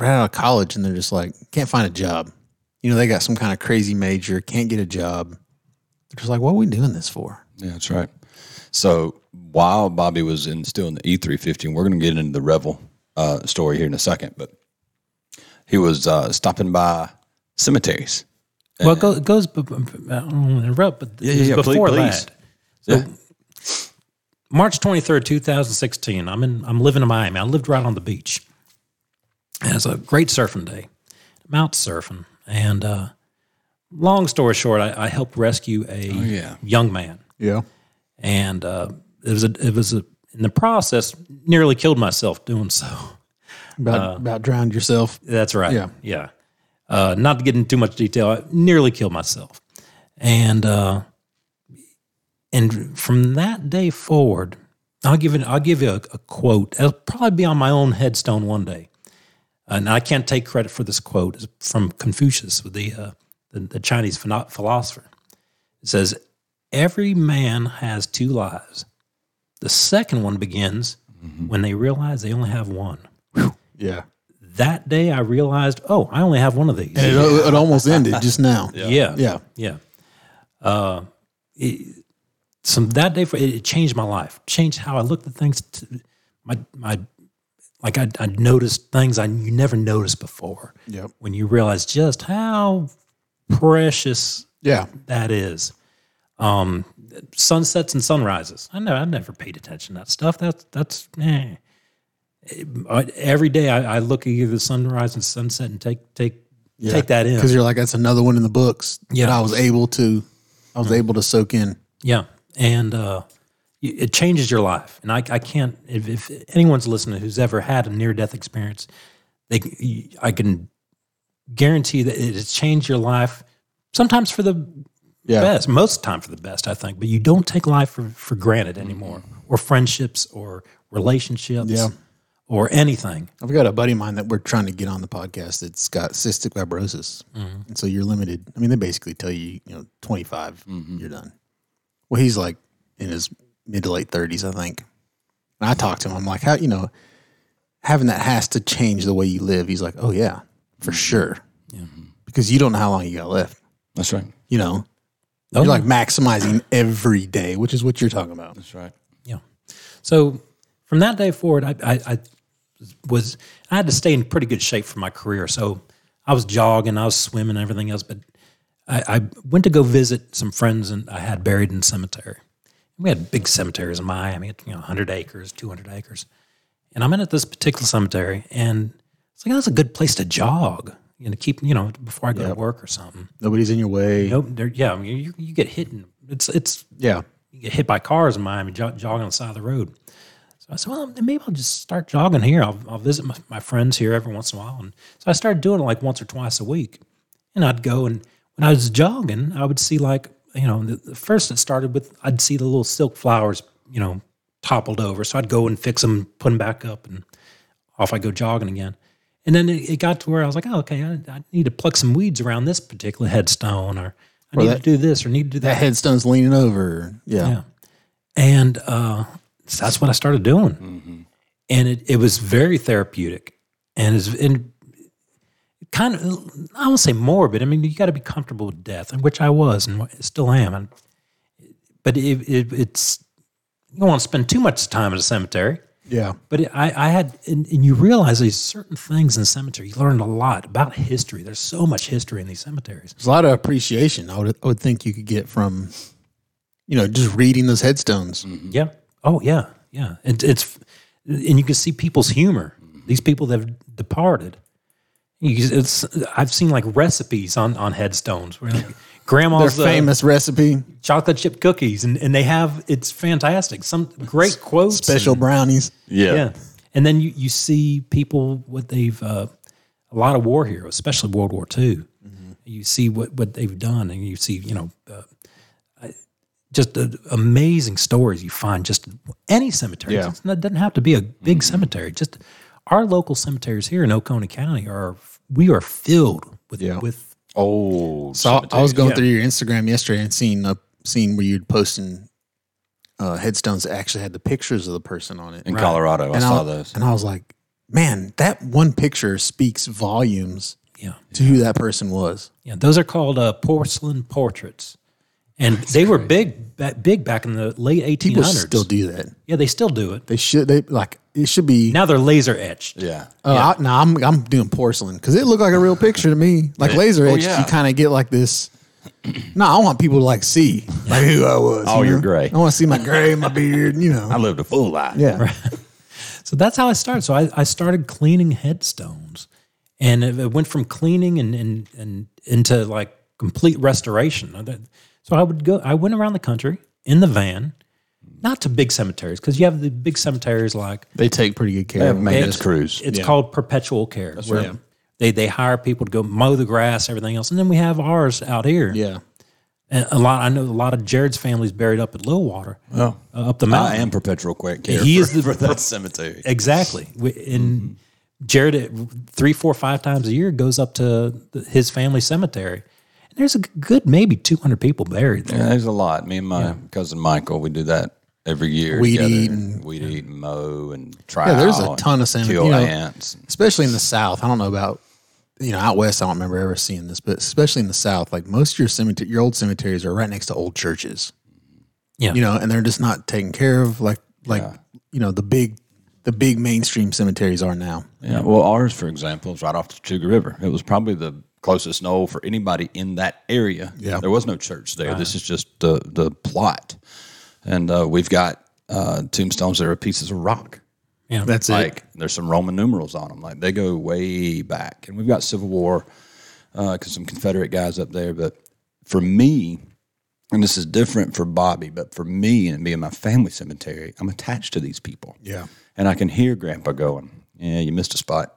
[SPEAKER 3] right out of college and they're just like can't find a job. You know, they got some kind of crazy major, can't get a job. They're just like, what are we doing this for?
[SPEAKER 2] Yeah, that's right. So while Bobby was in still in the E350, and we're going to get into the Revel uh, story here in a second, but he was uh, stopping by cemeteries.
[SPEAKER 4] Well, it, go, it goes. b- b- b- I don't want to interrupt, but
[SPEAKER 2] Uh, yeah,
[SPEAKER 4] it was
[SPEAKER 2] yeah, please-
[SPEAKER 4] before
[SPEAKER 2] please.
[SPEAKER 4] that. March 23rd, 2016, I'm in I'm living in Miami. I lived right on the beach. And it's a great surfing day. I'm out surfing. And uh, long story short, I, I helped rescue a
[SPEAKER 2] Oh, yeah.
[SPEAKER 4] young man.
[SPEAKER 3] Yeah.
[SPEAKER 4] And uh, it was a, it was a, in the process, nearly killed myself doing so.
[SPEAKER 3] About about drowned yourself.
[SPEAKER 4] That's right.
[SPEAKER 3] Yeah.
[SPEAKER 4] Yeah. Uh, not to get into too much detail, I nearly killed myself. And uh, and from that day forward, I'll give it. I'll give you a, a quote. It'll probably be on my own headstone one day. And I can't take credit for this quote It's from Confucius, the uh, the, the Chinese philo- philosopher. It says, "Every man has two lives. The second one begins when they realize they only have one."
[SPEAKER 3] Yeah.
[SPEAKER 4] that day I realized, oh, I only have one of these.
[SPEAKER 3] And it, it almost ended just now.
[SPEAKER 4] Yeah. Yeah.
[SPEAKER 3] Yeah.
[SPEAKER 4] Uh, it- so that day, for, it, it changed my life, changed how I looked at things. T- my, my, like I, I noticed things I you never noticed before.
[SPEAKER 3] Yep.
[SPEAKER 4] When you realize just how precious
[SPEAKER 3] Yeah.
[SPEAKER 4] that is. Um, sunsets and sunrises. I know I never paid attention to that stuff. That's that's eh. I- every day I, I look at either the sunrise and sunset and take take take that in.
[SPEAKER 3] Because you're like, that's another one in the books yeah. that I was able to, I was able to soak in.
[SPEAKER 4] Yeah, and uh, y- it changes your life. And I, I can't. If, if anyone's listening who's ever had a near death experience, they, c- I can guarantee that it has changed your life. Sometimes for the
[SPEAKER 3] Yeah.
[SPEAKER 4] best, most of the time for the best, I think. But you don't take life for, for granted anymore, or friendships, or relationships,
[SPEAKER 3] Mm-hmm. Yeah.
[SPEAKER 4] or anything.
[SPEAKER 3] I've got a buddy of mine that we're trying to get on the podcast that's got cystic fibrosis. And so you're limited. I mean, they basically tell you, you know, 25, you're done. Well, he's like in his mid to late 30s, I think. And I talked to him. I'm like, how, you know, having that has to change the way you live. He's like, oh, yeah, for sure. Because you don't know how long you got left.
[SPEAKER 2] That's right.
[SPEAKER 3] you know, You're like maximizing every day, which is what you're talking about.
[SPEAKER 2] That's right.
[SPEAKER 4] Yeah. So from that day forward, I, I, I was I had to stay in pretty good shape for my career. So I was jogging, I was swimming, everything else. But I, I went to go visit some friends, and I had buried in cemetery. We had big cemeteries in Miami, you know, 100 acres, 200 acres. And I'm in at this particular cemetery, and it's like that's a good place to jog, you know, keep you know before I go to work or something.
[SPEAKER 3] Nobody's in your way.
[SPEAKER 4] Nope, there, yeah, I mean, you, you get hit, and it's it's
[SPEAKER 3] Yeah.
[SPEAKER 4] you get hit by cars in Miami jog, jogging on the side of the road. So I said, well, maybe I'll just start jogging here. I'll, I'll visit my, my friends here every once in a while. And so I started doing it like once or twice a week. And I'd go and when I was jogging, I would see like, you know, the, the first it started with, I'd see the little silk flowers, you know, toppled over. So I'd go and fix them, put them back up and off I go jogging again. And then it, it got to where I was like, oh, okay, I, I need to pluck some weeds around this particular headstone or I need to do this or need to do that.
[SPEAKER 3] That headstone's leaning over. Yeah.
[SPEAKER 4] Yeah. And uh, so that's what I started doing. And it, it was very therapeutic. And it's and kind of, I won't say morbid. I mean, you got to be comfortable with death, and which I was and still am. And, but it, it, it's, you don't want to spend too much time in a cemetery.
[SPEAKER 3] Yeah.
[SPEAKER 4] But it, I, I had, and, and you realize these certain things in the cemetery. You learned a lot about history. There's so much history in these cemeteries.
[SPEAKER 3] There's a lot of appreciation I would, I would think you could get from, you know, just reading those headstones.
[SPEAKER 2] Mm-hmm.
[SPEAKER 4] Yeah. Oh yeah, yeah. And it's and you can see people's humor. These people that have departed. You can- It's I've seen like recipes on on headstones where like
[SPEAKER 3] Their
[SPEAKER 4] grandma's uh,
[SPEAKER 3] famous recipe,
[SPEAKER 4] chocolate chip cookies and and they have it's fantastic. Some great quotes. and-
[SPEAKER 3] special brownies.
[SPEAKER 2] Yeah.
[SPEAKER 4] yeah. And then you, you see people what they've uh, a lot of war heroes, especially World War II.
[SPEAKER 3] Mm-hmm.
[SPEAKER 4] You see what what they've done, and you see you know uh, I- just uh, amazing stories you find just in any cemetery.
[SPEAKER 2] Yeah.
[SPEAKER 4] It's not- It doesn't have to be a big
[SPEAKER 3] Mm-hmm.
[SPEAKER 4] cemetery. Just our local cemeteries here in Oconee County are we are filled with
[SPEAKER 3] Yeah.
[SPEAKER 4] with
[SPEAKER 2] Old.
[SPEAKER 3] So I- I was going
[SPEAKER 4] yeah.
[SPEAKER 3] through your Instagram yesterday and seeing a scene where you'd posting uh, headstones that actually had the pictures of the person on it.
[SPEAKER 2] in Colorado. I saw those.
[SPEAKER 3] And I was like, man, that one picture speaks volumes
[SPEAKER 4] yeah
[SPEAKER 3] to who that person was.
[SPEAKER 4] Yeah, those are called uh, porcelain portraits, and they were big, ba- big back in the late
[SPEAKER 3] People
[SPEAKER 4] 1800s.
[SPEAKER 3] still do that.
[SPEAKER 4] yeah, they still do it.
[SPEAKER 3] They should. They like it should be.
[SPEAKER 4] Now they're laser etched.
[SPEAKER 2] yeah.
[SPEAKER 3] Oh, I, no, I'm I'm doing porcelain because it looked like a real picture to me. Like laser etched,
[SPEAKER 2] yeah.
[SPEAKER 3] you kind of get like this. No, I want people to like see like who I was.
[SPEAKER 2] Oh,
[SPEAKER 3] you
[SPEAKER 2] you're
[SPEAKER 3] know?
[SPEAKER 2] gray.
[SPEAKER 3] I want to see my gray, my beard. You know.
[SPEAKER 2] I lived a full life.
[SPEAKER 3] yeah.
[SPEAKER 4] So that's how I started. So I, I started cleaning headstones, and it, it went from cleaning and, and and into like complete restoration. I did- So I would go. I went around the country in the van, not to big cemeteries because you have the big cemeteries like
[SPEAKER 3] They take pretty good care
[SPEAKER 2] They have
[SPEAKER 3] of me.
[SPEAKER 2] maintenance crews.
[SPEAKER 4] it's called perpetual care. where
[SPEAKER 3] right.
[SPEAKER 4] They, they hire people to go mow the grass, everything else, and then we have ours out here.
[SPEAKER 3] Yeah.
[SPEAKER 4] and a lot. I know a lot of Jared's family's buried up at Lillwater, oh. up
[SPEAKER 3] Ah,
[SPEAKER 4] the mountain.
[SPEAKER 2] I am perpetual quick care.
[SPEAKER 4] He
[SPEAKER 2] for,
[SPEAKER 4] is the-
[SPEAKER 2] for that cemetery.
[SPEAKER 4] Exactly. We-
[SPEAKER 3] Mm-hmm.
[SPEAKER 4] And Jared, uh, three, four, five times a year, goes up to the- his family cemetery. And there's a g- good maybe 200 people buried there.
[SPEAKER 2] Yeah, there's a lot. Me and my cousin Michael, we do that every year.
[SPEAKER 3] Weed
[SPEAKER 2] together.
[SPEAKER 3] eat and-
[SPEAKER 2] weed eat and mow and try.
[SPEAKER 3] Yeah, there's a ton of cemetery,
[SPEAKER 2] Kill
[SPEAKER 3] you know.
[SPEAKER 2] ants.
[SPEAKER 3] especially in the South. I don't know about you know out west. I don't remember ever seeing this, but especially in the South, like most of your cemetery, your old cemeteries are right next to old churches.
[SPEAKER 4] Yeah.
[SPEAKER 3] you know, and they're just not taken care of like like you know the big the big mainstream cemeteries are now.
[SPEAKER 2] Yeah. Well, ours, for example, is right off the Chuga River. It was probably the closest knoll for anybody in that area.
[SPEAKER 3] Yeah.
[SPEAKER 2] There was no church there. This is just the the plot, and uh, we've got uh, tombstones that are pieces of rock.
[SPEAKER 4] Yeah.
[SPEAKER 3] That's it.
[SPEAKER 2] like there's some Roman numerals on them. Like they go way back, and we've got Civil War because some Confederate guys up there. But for me, and this is different for Bobby, but for me and being my family cemetery, I'm attached to these people.
[SPEAKER 3] Yeah.
[SPEAKER 2] and I can hear Grandpa going, "Yeah, you missed a spot."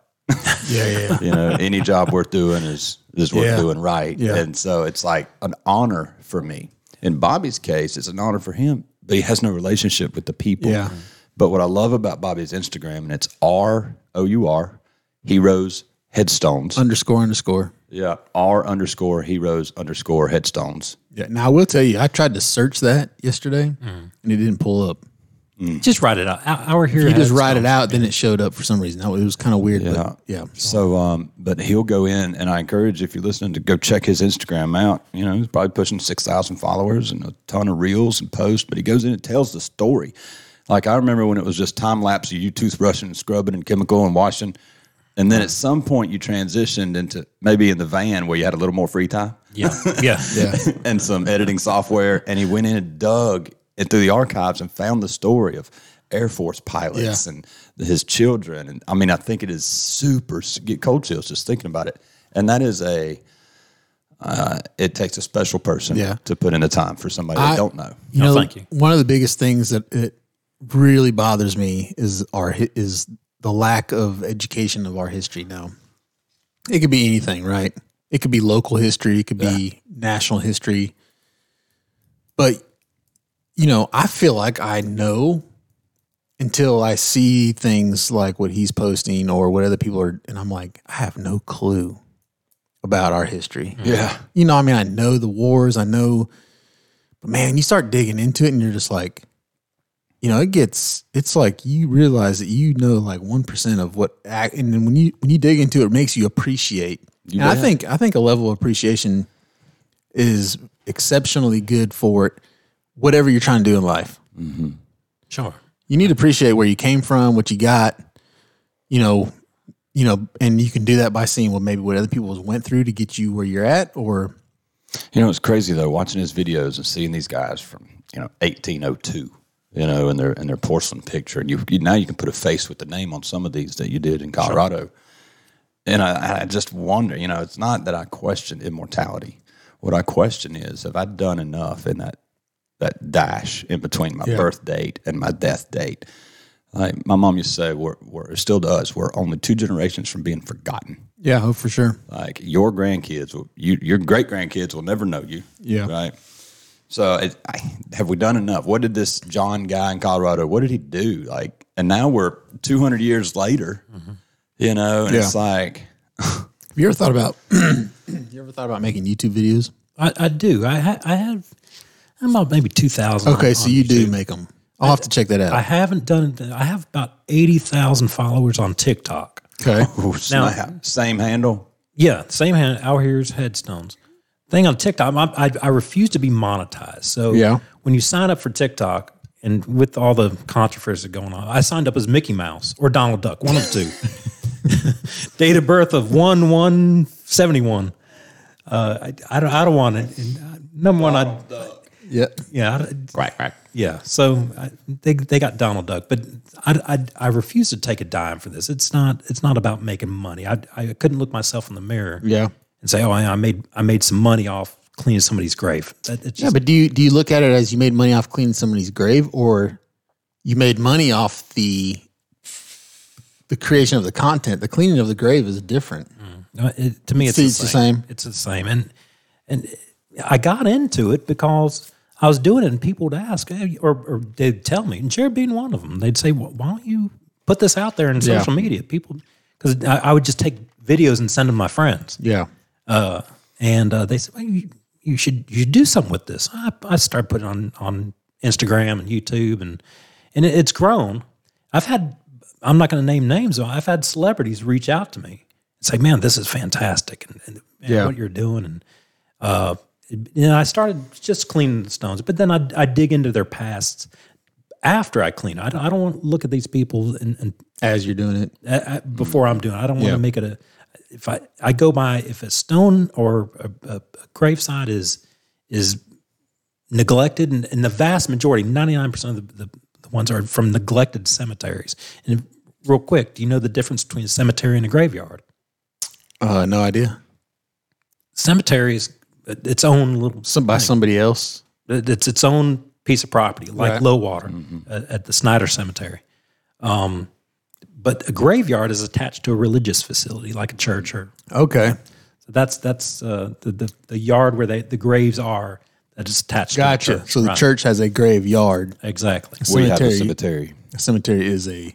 [SPEAKER 3] Yeah, yeah,
[SPEAKER 2] You know, any job worth doing is is worth
[SPEAKER 3] Yeah.
[SPEAKER 2] doing right.
[SPEAKER 3] Yeah.
[SPEAKER 2] And so it's like an honor for me. In Bobby's case, it's an honor for him, but he has no relationship with the people.
[SPEAKER 3] Yeah.
[SPEAKER 2] But what I love about Bobby's Instagram, and it's R O U R, heroes headstones.
[SPEAKER 3] underscore underscore.
[SPEAKER 2] yeah. R underscore heroes underscore headstones.
[SPEAKER 3] Yeah. Now I will tell you, I tried to search that yesterday, and it didn't pull up.
[SPEAKER 4] Just write it out. Our our hero.
[SPEAKER 3] You
[SPEAKER 4] had
[SPEAKER 3] just
[SPEAKER 4] his
[SPEAKER 3] write Mm. it
[SPEAKER 4] own.
[SPEAKER 3] out, then it showed up for some reason. That was- It was kind of weird, but yeah.
[SPEAKER 2] So, um, but he'll go in, and I encourage if you're listening to go check his Instagram out. You know, he's probably pushing six thousand followers and a ton of reels and posts. But he goes in and tells the story. Like I remember when it was just time lapse of you toothbrushing and scrubbing and chemical and washing, and then at some point you transitioned into maybe in the van where you had a little more free time
[SPEAKER 4] Yeah, yeah, yeah.
[SPEAKER 2] and some editing software. And he went in and dug and through the archives and found the story of Air Force pilots
[SPEAKER 3] Yeah.
[SPEAKER 2] and his children. And I mean, I think it is super get cold chills just thinking about it. And that is a uh, it takes a special person
[SPEAKER 3] Yeah.
[SPEAKER 2] to put in the time for somebody that
[SPEAKER 3] I-
[SPEAKER 2] don't know.
[SPEAKER 3] You
[SPEAKER 4] No,
[SPEAKER 3] know,
[SPEAKER 4] thank you.
[SPEAKER 3] one of the biggest things that it really bothers me is our hi- is the lack of education of our history now. It could be anything, right? It could be local history, it could be national history. But you know, I feel like I know until I see things like what he's posting or what other people are and I'm like, I have no clue about our history
[SPEAKER 4] Mm-hmm.
[SPEAKER 2] Yeah.
[SPEAKER 3] you know, I mean, I know the wars, I know, but man, you start digging into it and you're just like, you know, it gets, it's like you realize that you know like 1% of what, ac- and then when you, when you dig into it, it makes you appreciate. and I
[SPEAKER 2] bet.
[SPEAKER 3] think, I think a level of appreciation is exceptionally good for whatever you're trying to do in life.
[SPEAKER 4] Sure.
[SPEAKER 3] You need to appreciate where you came from, what you got, you know, you know, and you can do that by seeing what maybe what other people went through to get you where you're at or
[SPEAKER 2] You know, it's crazy though, watching his videos and seeing these guys from, you know, eighteen oh two, you know, and their and their porcelain picture. And you, you now you can put a face with the name on some of these that you did in Colorado. And I, I just wonder, you know, it's not that I question immortality. What I question is have I done enough in that that dash in between my birth date and my death date? Like my mom used to say, we're, we're still does, we're only two generations from being forgotten.
[SPEAKER 3] Yeah, oh, for sure.
[SPEAKER 2] Like your grandkids, will, you, your great grandkids will never know you.
[SPEAKER 3] Yeah.
[SPEAKER 2] Right. So it, I, have we done enough? What did this John guy in Colorado? What did he do? Like, and now we're 200 years later. You know, and it's
[SPEAKER 3] Mm-hmm. Yeah.
[SPEAKER 2] like
[SPEAKER 3] Have you ever thought about? you ever thought about making YouTube videos?
[SPEAKER 4] I, I do. I ha- I have. I'm about maybe two thousand.
[SPEAKER 3] Okay, so you do make them. I'll have to check that out.
[SPEAKER 4] I haven't done. I have about eighty thousand followers on TikTok.
[SPEAKER 3] okay,
[SPEAKER 2] ooh, snap. same handle.
[SPEAKER 4] Yeah, same hand. Our here's headstones. Thing on TikTok, I, I, I refuse to be monetized. So
[SPEAKER 3] Yeah.
[SPEAKER 4] when you sign up for TikTok, and with all the controversy going on, I signed up as Mickey Mouse or Donald Duck, one of the two. Date of birth of one one seventy one. Uh, I, I don't I don't want it. And, uh, number one, I
[SPEAKER 3] yeah,
[SPEAKER 4] yeah I,
[SPEAKER 2] Right, right.
[SPEAKER 4] yeah. So I, they they got Donald Duck, but I, I I refuse to take a dime for this. It's not it's not about making money. I I couldn't look myself in the mirror
[SPEAKER 3] yeah,
[SPEAKER 4] and say, "Oh, I I made I made some money off cleaning somebody's grave." That, it's
[SPEAKER 3] yeah.
[SPEAKER 4] just,
[SPEAKER 3] But do you do you look at it as you made money off cleaning somebody's grave, or you made money off the the creation of the content? The cleaning of the grave is different.
[SPEAKER 4] uh, it- to me, it's,
[SPEAKER 3] It's
[SPEAKER 4] the,
[SPEAKER 3] the
[SPEAKER 4] same.
[SPEAKER 3] same.
[SPEAKER 4] It's the same, and and I got into it because I was doing it, and people would ask "Hey," or or they'd tell me, and Jared being one of them, they'd say, well, "Why don't you put this out there in social media?" People, because I, I would just take videos and send them to my friends.
[SPEAKER 3] Yeah,
[SPEAKER 4] uh, and uh, they said, well, you, you should you should do something with this. I, I started putting it on on Instagram and YouTube, and and it, it's grown. I've had I'm not going to name names, but I've had celebrities reach out to me and say, "Man, this is fantastic," and, and, and
[SPEAKER 3] Yeah.
[SPEAKER 4] what you're doing, and uh, and I started just cleaning the stones, but then I I dig into their pasts after I clean. I don't, I don't want to look at these people and, and
[SPEAKER 3] as you're doing it.
[SPEAKER 4] I, I, uh, before I'm doing. it. I don't want
[SPEAKER 3] Yeah.
[SPEAKER 4] to make it a. If I I go by if a stone or a, a, a graveside is is neglected, and, and the vast majority, ninety nine percent of the, the, the ones are from neglected cemeteries. And real quick, do you know the difference between a cemetery and a graveyard?
[SPEAKER 3] Uh, no idea.
[SPEAKER 4] Cemetery is uh, its own little
[SPEAKER 3] Some by somebody else.
[SPEAKER 4] It- It's its own piece of property, like
[SPEAKER 3] Right. Mm-hmm.
[SPEAKER 4] low water uh, at, at the Snyder Cemetery. Um, but a graveyard is attached to a religious facility, like a church or
[SPEAKER 3] Okay,
[SPEAKER 4] So that's that's uh, the, the the yard where they the graves are that is attached. To the
[SPEAKER 3] gotcha.
[SPEAKER 4] church.
[SPEAKER 3] So the
[SPEAKER 4] Right.
[SPEAKER 3] church has a graveyard.
[SPEAKER 4] exactly.
[SPEAKER 2] We have a
[SPEAKER 3] Cemetery.
[SPEAKER 2] cemetery.
[SPEAKER 3] A cemetery is a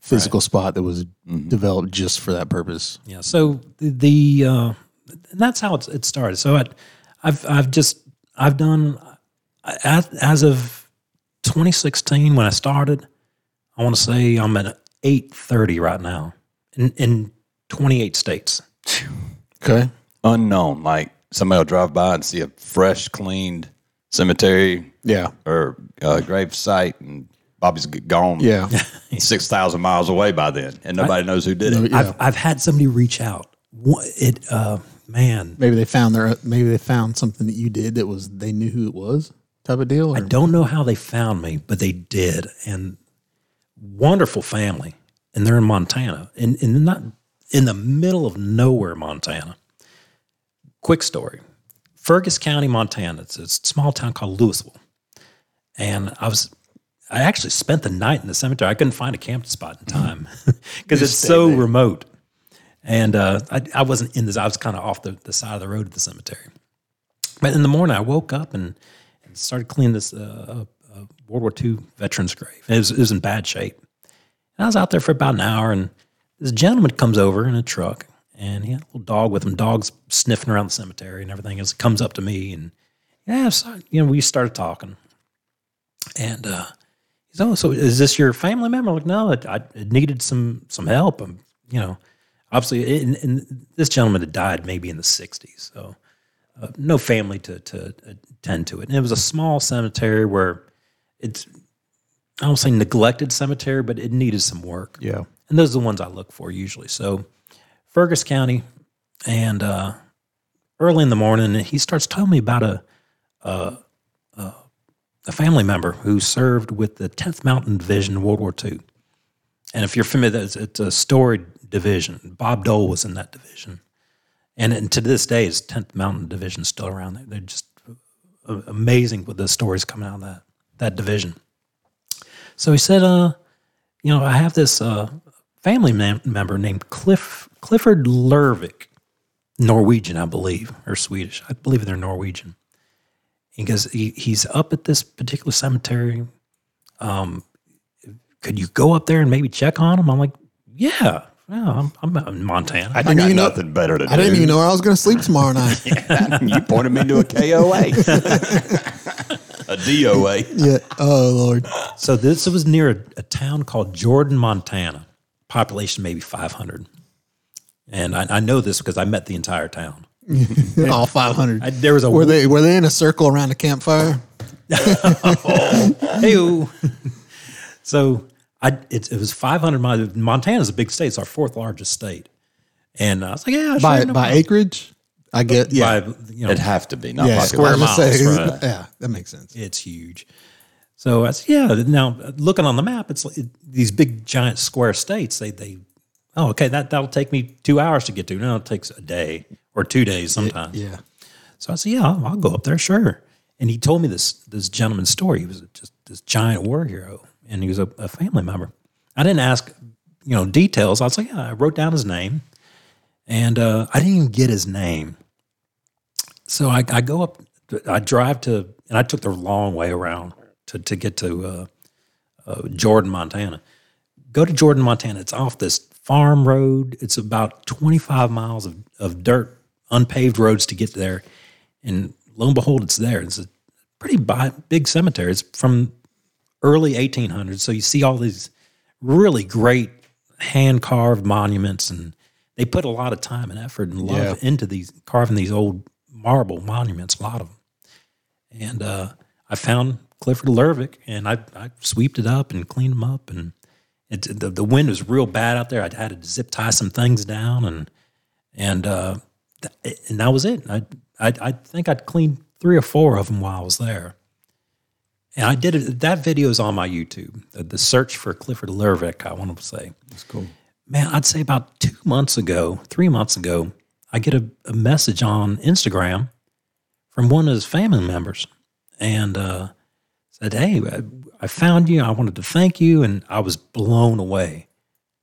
[SPEAKER 3] physical spot that was developed just for that purpose.
[SPEAKER 4] Yeah. So the, the uh, and that's how it's, it started. So I, I've I've just I've done I- as, as of 2016 when I started. I want to say I'm at 830 right now in, in 28 states.
[SPEAKER 3] Okay.
[SPEAKER 2] Unknown. Like somebody will drive by and see a fresh, cleaned cemetery
[SPEAKER 3] Yeah.
[SPEAKER 2] or uh, grave site, and Bobby's g- gone.
[SPEAKER 3] Yeah.
[SPEAKER 2] 6,000 miles away by then, and nobody knows who did it.
[SPEAKER 4] I've, I've had somebody reach out. Wha- It, uh, man,
[SPEAKER 3] maybe they found their maybe they found something that you did that was they knew who it was type of deal.
[SPEAKER 4] I
[SPEAKER 3] Or,
[SPEAKER 4] don't know how they found me, but they did. And wonderful family. And they're in Montana and, and they're not in the middle of nowhere, Montana. Quick story Fergus County, Montana. It's a small town called Louisville. And I was, I actually spent the night in the cemetery. I couldn't find a camping spot in time because it's so remote. And uh, I, I wasn't in this, I was kind of off the, the side of the road at the cemetery. But in the morning, I woke up and, and started cleaning this uh, uh, uh, World War II veteran's grave. It was, it was in bad shape. And I was out there for about an hour, and this gentleman comes over in a truck, and he had a little dog with him. Dog's sniffing around the cemetery and everything. Else comes up to me, and yeah, so, you know, we started talking, and uh, he's oh, so is this your family member? I'm like, no, it, I it needed some some help. I'm, you know, obviously, it, and, and this gentleman had died maybe in the '60s, so no family to to attend to it. And it was a small cemetery where it's I don't say neglected cemetery, but it needed some work.
[SPEAKER 3] yeah.
[SPEAKER 4] And those are the ones I look for usually. So Fergus County and uh, early in the morning he starts telling me about a a, a a family member who served with the 10th Mountain Division in World War II. And if you're familiar, it's, it's a storied division. Bob Dole was in that division. And, and to this day, is 10th Mountain Division still around? They're- They're just a- amazing with the stories coming out of that, that division. So he said, uh, you know, I have this uh, family mem- member named Cliff Clifford Lervik, Norwegian, I believe, or Swedish. I believe they're Norwegian. He goes, he, he's up at this particular cemetery. Um, could you go up there and maybe check on him? I'm like, yeah, yeah, I'm, I'm out in Montana.
[SPEAKER 2] I got
[SPEAKER 3] even know-
[SPEAKER 2] nothing better to do.
[SPEAKER 3] I didn't even know where I was going to sleep tomorrow night.
[SPEAKER 2] you pointed me to a KOA, a DOA.
[SPEAKER 3] yeah. Oh Lord.
[SPEAKER 4] So this was near a, a town called Jordan, Montana. Population maybe 500. And I, I know this because I met the entire town.
[SPEAKER 3] All five hundred.
[SPEAKER 4] I, there was a
[SPEAKER 3] Were they were they in a circle around a campfire?
[SPEAKER 4] Hey-o. so I it, it was 500 miles. Montana's a big state. It's our fourth largest state. And I was like, yeah, sure,
[SPEAKER 3] By by
[SPEAKER 4] no problem.
[SPEAKER 3] acreage? I get yeah.
[SPEAKER 4] By, you know,
[SPEAKER 2] It'd have to be not
[SPEAKER 3] yeah,
[SPEAKER 2] like
[SPEAKER 3] I was gonna say,
[SPEAKER 2] right.
[SPEAKER 3] Yeah, that makes sense.
[SPEAKER 4] it's huge. So I said, yeah. Now looking on the map, it's like- it, these big giant square states. They they oh okay that that'll take me two hours to get to. No, it takes a day or two days sometimes.
[SPEAKER 3] Yeah.
[SPEAKER 4] So I said, yeah, I'll, I'll go up there, sure. And he told me this this gentleman's story. He was just this giant war hero, and he was a, a family member. I didn't ask, you know, details. I was like, yeah, I wrote down his name, and uh, I didn't even get his name. So I, I go up, I drive to, and I took the long way around to to get to uh, uh, Jordan, Montana. Go to Jordan, Montana. It's off this farm road. It's about 25 miles of, of dirt, unpaved roads to get there. And lo and behold, it's there. It's a pretty bi- big cemetery. It's from early 1800s. So you see all these really great hand carved monuments. And they put a lot of time and effort and love into these carving these old marble monuments, a lot of them. And uh, I found Clifford Lervik and I, I sweeped it up and cleaned him up. And it, the, the wind was real bad out there. I had to zip tie some things down and, and, uh, th- and that was it. I, I, I think I'd cleaned three or four of them while I was there. And I did it. That video is on my YouTube, the, the search for Clifford Lervik, I want to say man, I'd say about two months ago, three months ago, I get a, a message on Instagram from one of his family members and uh, said, Hey, I, I found you. I wanted to thank you. And I was blown away.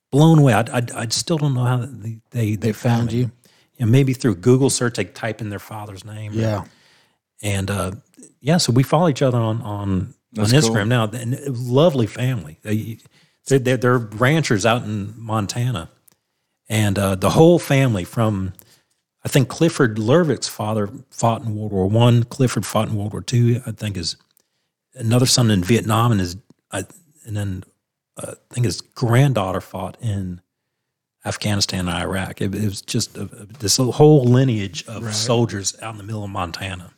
[SPEAKER 4] Blown away. I, I, I still don't know how they, they,
[SPEAKER 3] They found
[SPEAKER 4] me.
[SPEAKER 3] you.
[SPEAKER 4] You know, maybe through Google search, they type in their father's name.
[SPEAKER 3] Yeah.
[SPEAKER 4] And uh, yeah, so we follow each other on on, on Instagram now. And a lovely family. They they're, they're, they're ranchers out in Montana, and uh, the whole family from I think Clifford Lervik's father fought in World War One. Clifford fought in World War Two. I think is another son in Vietnam, and his I, and then uh, I think his granddaughter fought in Afghanistan and Iraq. It, it was just a, a- this whole lineage of soldiers out in the middle of Montana.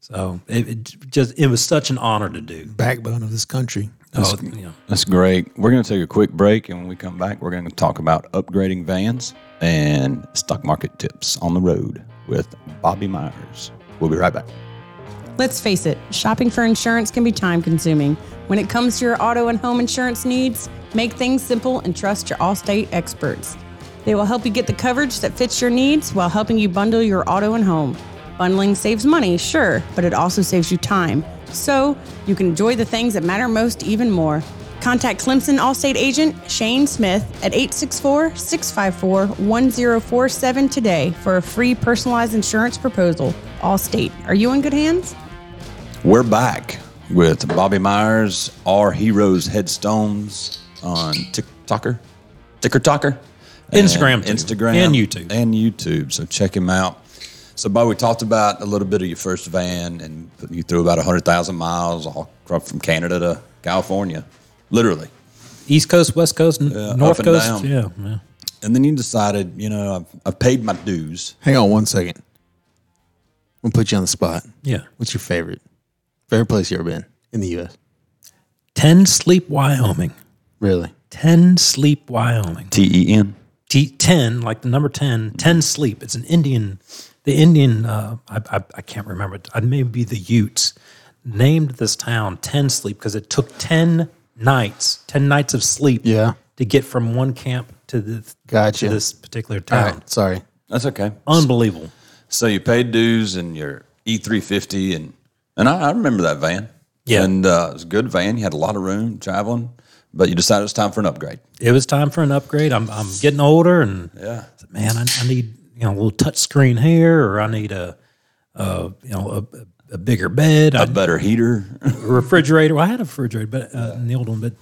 [SPEAKER 4] So it, it just it was such an honor to do.
[SPEAKER 3] backbone of this country.
[SPEAKER 4] Oh, yeah.
[SPEAKER 2] That's great. We're going to take a quick break, and when we come back, we're going to talk about upgrading vans and stock market tips on the road with Bobby Myers. We'll be right back.
[SPEAKER 1] Let's face it, shopping for insurance can be time consuming. When it comes to your auto and home insurance needs, make things simple and trust your Allstate experts. They will help you get the coverage that fits your needs while helping you bundle your auto and home. Bundling saves money, sure, but it also saves you time. So you can enjoy the things that matter most even more. Contact Clemson Allstate agent Shane Smith at 864 654 1047 today for a free personalized insurance proposal. Allstate, are you in good hands?
[SPEAKER 2] We're back with Bobby Myers, our heroes headstones on TikToker, Ticker Talker,
[SPEAKER 4] Instagram too.
[SPEAKER 2] Instagram,
[SPEAKER 4] And YouTube.
[SPEAKER 2] and YouTube. So check him out. So, Bobby, we talked about a little bit of your first van, and you threw about hundred thousand miles all across from Canada to California, literally.
[SPEAKER 4] East Coast, West Coast, n-
[SPEAKER 2] up
[SPEAKER 4] North
[SPEAKER 2] and
[SPEAKER 4] Coast.
[SPEAKER 2] down.
[SPEAKER 4] Yeah, yeah.
[SPEAKER 2] And then you decided, you know, I've, I've paid my dues.
[SPEAKER 3] Hang on one second. I'm gonna put you on the spot.
[SPEAKER 4] Yeah.
[SPEAKER 3] What's your favorite? Favorite place you ever been in the U.S.
[SPEAKER 4] Ten Sleep, Wyoming.
[SPEAKER 3] Really?
[SPEAKER 4] Ten Sleep, Wyoming.
[SPEAKER 2] T E N.
[SPEAKER 4] T- ten, like the number 10, 10 Sleep. It's an Indian, the Indian, uh, I, I, I can't remember. it. I may be the Utes named this town 10 Sleep because it took 10 nights, 10 nights of sleep
[SPEAKER 3] Yeah.
[SPEAKER 4] to get from one camp to, the,
[SPEAKER 3] Gotcha.
[SPEAKER 4] to this particular
[SPEAKER 3] All
[SPEAKER 4] town.
[SPEAKER 3] right. Sorry.
[SPEAKER 2] That's okay.
[SPEAKER 4] Unbelievable.
[SPEAKER 2] So you paid dues and your E350 and and I, I remember that van.
[SPEAKER 4] Yeah.
[SPEAKER 2] and uh, it was a good van. You had a lot of room traveling, but you decided it's time for an upgrade.
[SPEAKER 4] It was time for an upgrade. I'm, I'm getting older and
[SPEAKER 2] Yeah,
[SPEAKER 4] man, I, I need you know a little touch screen here, or I need a, a you know a, a bigger bed,
[SPEAKER 2] a
[SPEAKER 4] a
[SPEAKER 2] better heater.
[SPEAKER 4] refrigerator. Well, I had a refrigerator, but uh, an old one, but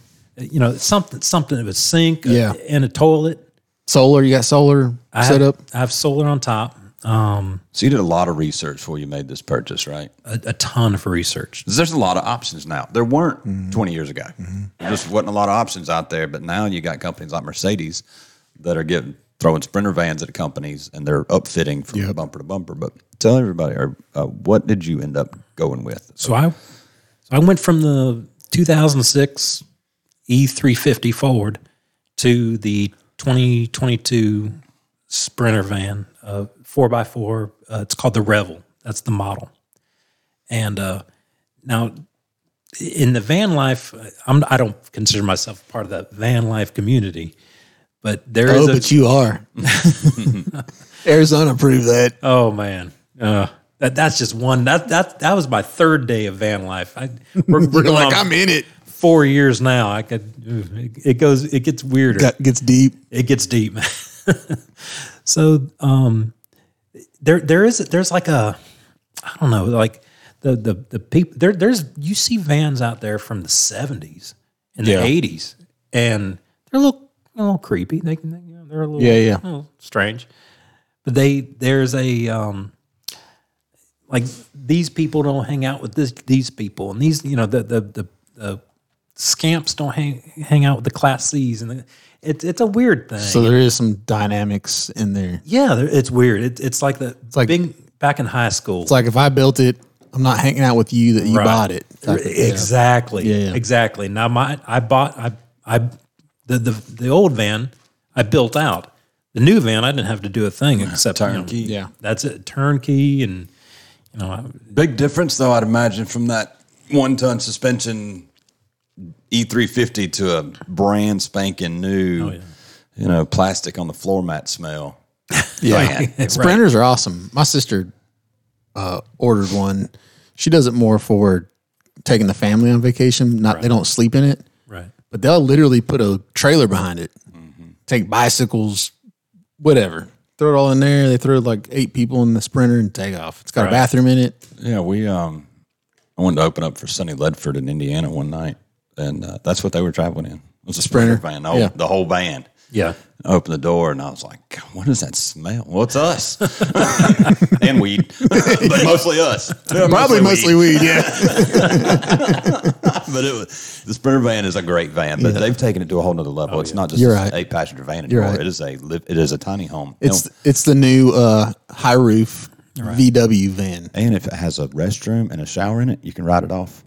[SPEAKER 4] uh, you know something something of a sink, uh,
[SPEAKER 3] Yeah.
[SPEAKER 4] and a toilet.
[SPEAKER 3] Solar. You got solar
[SPEAKER 4] I
[SPEAKER 3] set
[SPEAKER 4] have,
[SPEAKER 3] up.
[SPEAKER 4] I have solar on top. Um,
[SPEAKER 2] so you did a lot of research before you made this purchase, right?
[SPEAKER 4] a, a ton of research.
[SPEAKER 2] 'Cause There's a lot of options now. There weren't 20 years ago. There just wasn't a lot of options out there. But now you got companies like Mercedes that are getting throwing sprinter vans at companies and they're upfitting from
[SPEAKER 3] Yep.
[SPEAKER 2] bumper to bumper. But tell everybody, or, uh, what did you end up going with?
[SPEAKER 4] So I, so I went from the 2006 E350 E Ford to the 2022 Sprinter van, uh, 4x4. Uh, it's called the Revel. That's the model. And uh, now, in the van life, I'm, I don't consider myself part of that van life community, but there is
[SPEAKER 3] Oh,
[SPEAKER 4] a
[SPEAKER 3] but you are. Arizona proved that.
[SPEAKER 4] Oh man, uh, that that's just one. That that that was my third day of van life. I, we're we're
[SPEAKER 3] You're
[SPEAKER 4] going
[SPEAKER 3] like
[SPEAKER 4] on
[SPEAKER 3] I'm in it.
[SPEAKER 4] four years now. I could. It goes. It gets weirder.
[SPEAKER 3] Got, gets deep.
[SPEAKER 4] It gets deep. so um, there there is there's like a I don't know like the the the people there there's you see vans out there from the seventies and
[SPEAKER 3] Yeah.
[SPEAKER 4] the eighties and they're a little a little creepy. They can you know, they're a little
[SPEAKER 3] Yeah, yeah.
[SPEAKER 4] a little strange. But they there's a um, like these people don't hang out with this these people and these you know the the the, the scamps don't hang hang out with the class C's and the, it's it's a weird thing.
[SPEAKER 3] So there is some dynamics in there.
[SPEAKER 4] Yeah, there- it's weird. It, it's like the it's
[SPEAKER 3] like-
[SPEAKER 4] being back in high school.
[SPEAKER 3] It's like if I built it, I'm not hanging out with you that you
[SPEAKER 4] Right.
[SPEAKER 3] bought it. type of- yeah.
[SPEAKER 4] exactly,
[SPEAKER 3] Yeah, yeah.
[SPEAKER 4] exactly. Now my I bought I I the, the the old van I built out. The new van I didn't have to do a thing except you know,
[SPEAKER 2] Turnkey.
[SPEAKER 3] Yeah.
[SPEAKER 4] that's it. Turnkey and you know I,
[SPEAKER 2] Big difference, though, I'd imagine, from that one ton suspension E350 to a brand spanking new, you know, plastic on the floor mat smell.
[SPEAKER 3] Yeah. Sprinters are awesome. My sister uh, ordered one. She does it more for taking the family on vacation. Not they don't sleep in it,
[SPEAKER 4] right.
[SPEAKER 3] but they'll literally put a trailer behind it. Take bicycles, whatever. Throw it all in there. They throw like eight people in the sprinter and take off. It's got a bathroom in it.
[SPEAKER 2] Yeah, we, um, I wanted to open up for Sonny Ledford in Indiana one night, and uh, that's what they were traveling in. It was a sprinter,
[SPEAKER 3] Sprinter,
[SPEAKER 2] van, the whole,
[SPEAKER 3] yeah.
[SPEAKER 2] the whole van.
[SPEAKER 4] Yeah.
[SPEAKER 2] I opened the door and I was like, "God, what does that smell? Well, it's us and weed, but mostly us. Yeah,
[SPEAKER 3] Probably mostly weed. Yeah.
[SPEAKER 2] but it was, the Sprinter van is a great van, but they've taken it to a whole nother level. it's not just
[SPEAKER 3] You're right.
[SPEAKER 2] a passenger van anymore.
[SPEAKER 3] right.
[SPEAKER 2] It is a liv- it is a tiny home.
[SPEAKER 3] It's it's the new uh, high roof VW van.
[SPEAKER 2] and if it has a restroom and a shower in it, you can ride it off.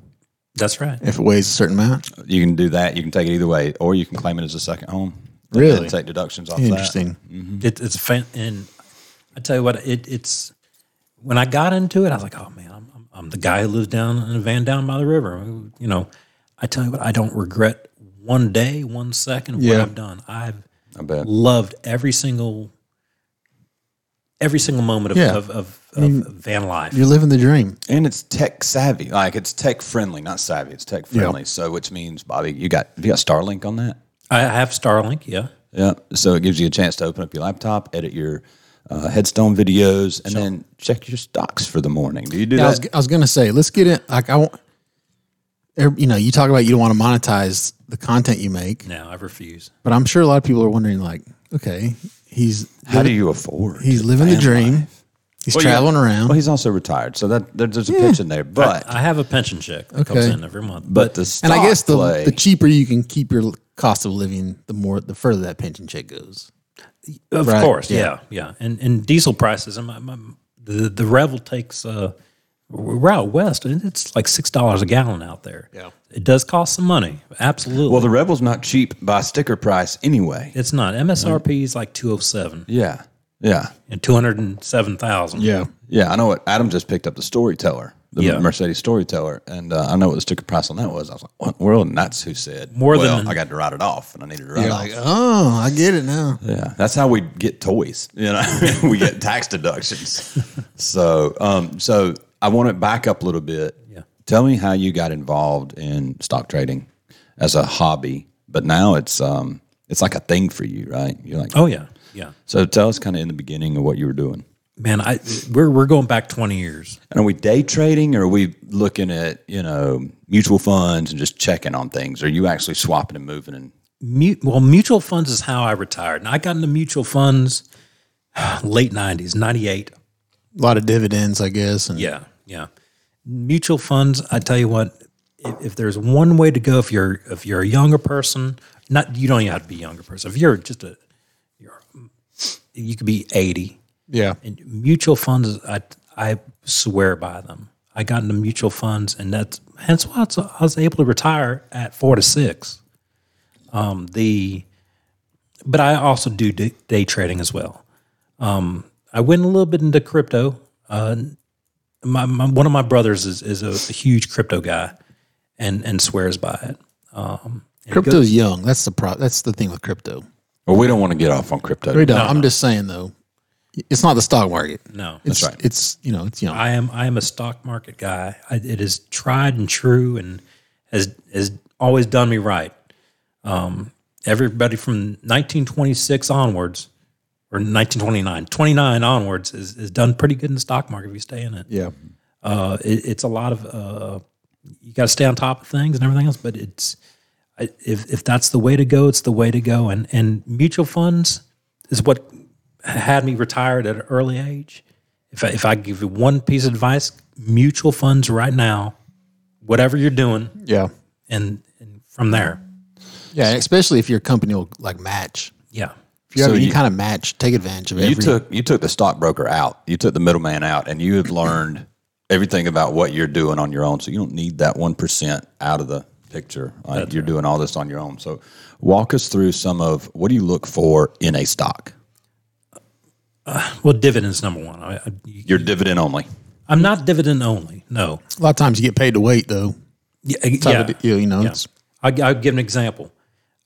[SPEAKER 4] That's right.
[SPEAKER 3] If it weighs a certain amount.
[SPEAKER 2] You can do that. You can take it either way, or you can claim it as a second home. And
[SPEAKER 3] Really?
[SPEAKER 2] take deductions off
[SPEAKER 3] Interesting.
[SPEAKER 4] It, it's fan- and I tell you what, it, it's when I got into it, I was like, oh man, I'm, I'm, I'm the guy who lives down in a van down by the river. You know, I tell you what, I don't regret one day, one second of what
[SPEAKER 3] Yeah.
[SPEAKER 4] I've done. I've
[SPEAKER 2] that. I bet.
[SPEAKER 4] loved every single every single moment of
[SPEAKER 3] Yeah.
[SPEAKER 4] of, of, of van life.
[SPEAKER 3] You're living the dream.
[SPEAKER 2] And it's tech savvy. Like it's tech friendly, not savvy. It's tech friendly. So which means, Bobby, you got you got Starlink on that.
[SPEAKER 4] I have Starlink, yeah.
[SPEAKER 2] Yeah. So it gives you a chance to open up your laptop, edit your uh, headstone videos, and then check your stocks for the morning. Do you do
[SPEAKER 3] Yeah, I was,
[SPEAKER 2] that?
[SPEAKER 3] I was gonna say, let's get it. Like I want, er, you know, you talk about you don't want to monetize the content you make,
[SPEAKER 4] No, I refuse.
[SPEAKER 3] but I'm sure a lot of people are wondering, like, okay, he's
[SPEAKER 2] How do you afford?
[SPEAKER 3] he's
[SPEAKER 2] to
[SPEAKER 3] living the
[SPEAKER 2] van
[SPEAKER 3] dream,
[SPEAKER 2] life?
[SPEAKER 3] he's
[SPEAKER 2] Well, yeah.
[SPEAKER 3] traveling around.
[SPEAKER 2] Well, he's also retired, so that there, there's a pitch in there. But
[SPEAKER 4] I have a pension check that comes
[SPEAKER 3] Okay.
[SPEAKER 4] in every month.
[SPEAKER 2] but the
[SPEAKER 3] and I guess the
[SPEAKER 2] play,
[SPEAKER 3] the cheaper you can keep your cost of living, the more the further that pension check goes.
[SPEAKER 4] Of
[SPEAKER 3] Right,
[SPEAKER 4] course,
[SPEAKER 3] yeah.
[SPEAKER 4] yeah. yeah, And and diesel prices. And my, my, the the Revel takes uh, we're out west, and it's like six dollars a gallon out there. Yeah, it does cost some money. Absolutely.
[SPEAKER 2] well, the Rebel's not cheap by sticker price anyway.
[SPEAKER 4] it's not MSRP is like two hundred seven
[SPEAKER 2] Yeah, yeah,
[SPEAKER 4] and two hundred and seven thousand.
[SPEAKER 2] yeah. I know what Adam just picked up the Storyteller, the
[SPEAKER 4] Yeah.
[SPEAKER 2] Mercedes Storyteller, and uh, I know what the sticker price on that was. I was like, what in the world? And that's who said
[SPEAKER 4] More than-
[SPEAKER 2] well, I got to write it off, and I needed to write it off.
[SPEAKER 3] Like, oh, I get it now.
[SPEAKER 2] Yeah, that's how we get toys. You know, we get tax deductions. so, um, so I want to back up a little bit. Yeah. Tell me how you got involved in stock trading as a hobby, but now it's um, it's like a thing for you, right? You're like,
[SPEAKER 4] Oh yeah, yeah.
[SPEAKER 2] so tell us kind of in the beginning of what you were doing.
[SPEAKER 4] Man, I we're we're going back twenty years.
[SPEAKER 2] And are we day trading, or are we looking at you know mutual funds and just checking on things? Are you actually swapping and moving? And
[SPEAKER 4] Mu- well, mutual funds is how I retired, and I got into mutual funds late nineties, ninety eight.
[SPEAKER 3] A lot of dividends, I guess. And
[SPEAKER 4] Yeah, yeah. Mutual funds. I tell you what, if, if there's one way to go, if you're if you're a younger person, not you don't even have to be a younger person. If you're just a, you're, you could be eighty.
[SPEAKER 3] yeah,
[SPEAKER 4] And mutual funds, I I swear by them. I got into mutual funds, and that's hence why it's- I was able to retire at four to six. Um, the, but I also do d- day trading as well. Um, I went a little bit into crypto. Uh, my, my one of my brothers is is a, a huge crypto guy, and and swears by it. Um, and it
[SPEAKER 3] crypto's young. That's the pro. That's the thing with crypto.
[SPEAKER 2] well, we don't want to get off on crypto.
[SPEAKER 3] We don't. I'm just saying though, it's not the stock market.
[SPEAKER 4] go- no,
[SPEAKER 3] It's,
[SPEAKER 2] right.
[SPEAKER 3] It's you know, it's young.
[SPEAKER 4] I am I am a stock market guy. I, it is tried and true, and has has always done me right. Um, everybody from 1926 onwards, or 1929, 29 onwards, is, is done pretty good in the stock market if you stay in it.
[SPEAKER 3] yeah.
[SPEAKER 4] Uh, it it's a lot of uh, you got to stay on top of things and everything else, but it's I- if if that's the way to go, it's the way to go. And and mutual funds is what had me retired at an early age. If I, if I give you one piece of advice, mutual funds right now, whatever you're doing,
[SPEAKER 3] Yeah.
[SPEAKER 4] and, and from there,
[SPEAKER 3] Yeah. Especially if your company will like match.
[SPEAKER 4] yeah,
[SPEAKER 3] If you have
[SPEAKER 2] So
[SPEAKER 3] any
[SPEAKER 2] you-
[SPEAKER 3] kind of match, take advantage of every.
[SPEAKER 2] You took you took the stockbroker out. You took the middleman out, and you have learned everything about what you're doing on your own. So you don't need that one percent out of the picture. Like, you're doing all this on your own. So walk us through some of what do you look for in a stock?
[SPEAKER 4] well, dividends number one. I, I,
[SPEAKER 2] Your dividend only.
[SPEAKER 4] I'm not dividend only. No,
[SPEAKER 3] a lot of times you get paid to wait though.
[SPEAKER 4] yeah,
[SPEAKER 3] Type
[SPEAKER 4] yeah.
[SPEAKER 3] of deal, you know. It's,
[SPEAKER 4] I, I'll give an example.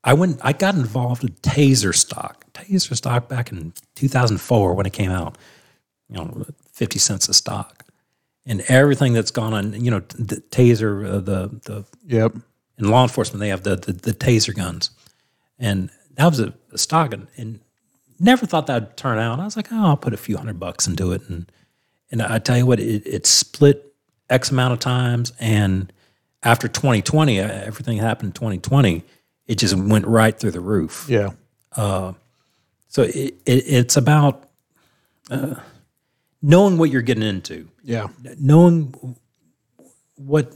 [SPEAKER 4] I went, I got involved with Taser stock, Taser stock back in 2004 when it came out, you know, 50 cents a stock and everything that's gone on, you know, the Taser, uh, the, the,
[SPEAKER 3] yep.
[SPEAKER 4] in law enforcement, they have the, the, the Taser guns. And that was a, a stock and, and never thought that would turn out. I was like, oh, I'll put a few hundred bucks into it. And, and I tell you what, it, it split X amount of times. And after 2020, uh, everything happened in 2020, it just went right through the roof.
[SPEAKER 3] Yeah.
[SPEAKER 4] So it, it, it's about uh, knowing what you're getting into,
[SPEAKER 3] Yeah.
[SPEAKER 4] knowing what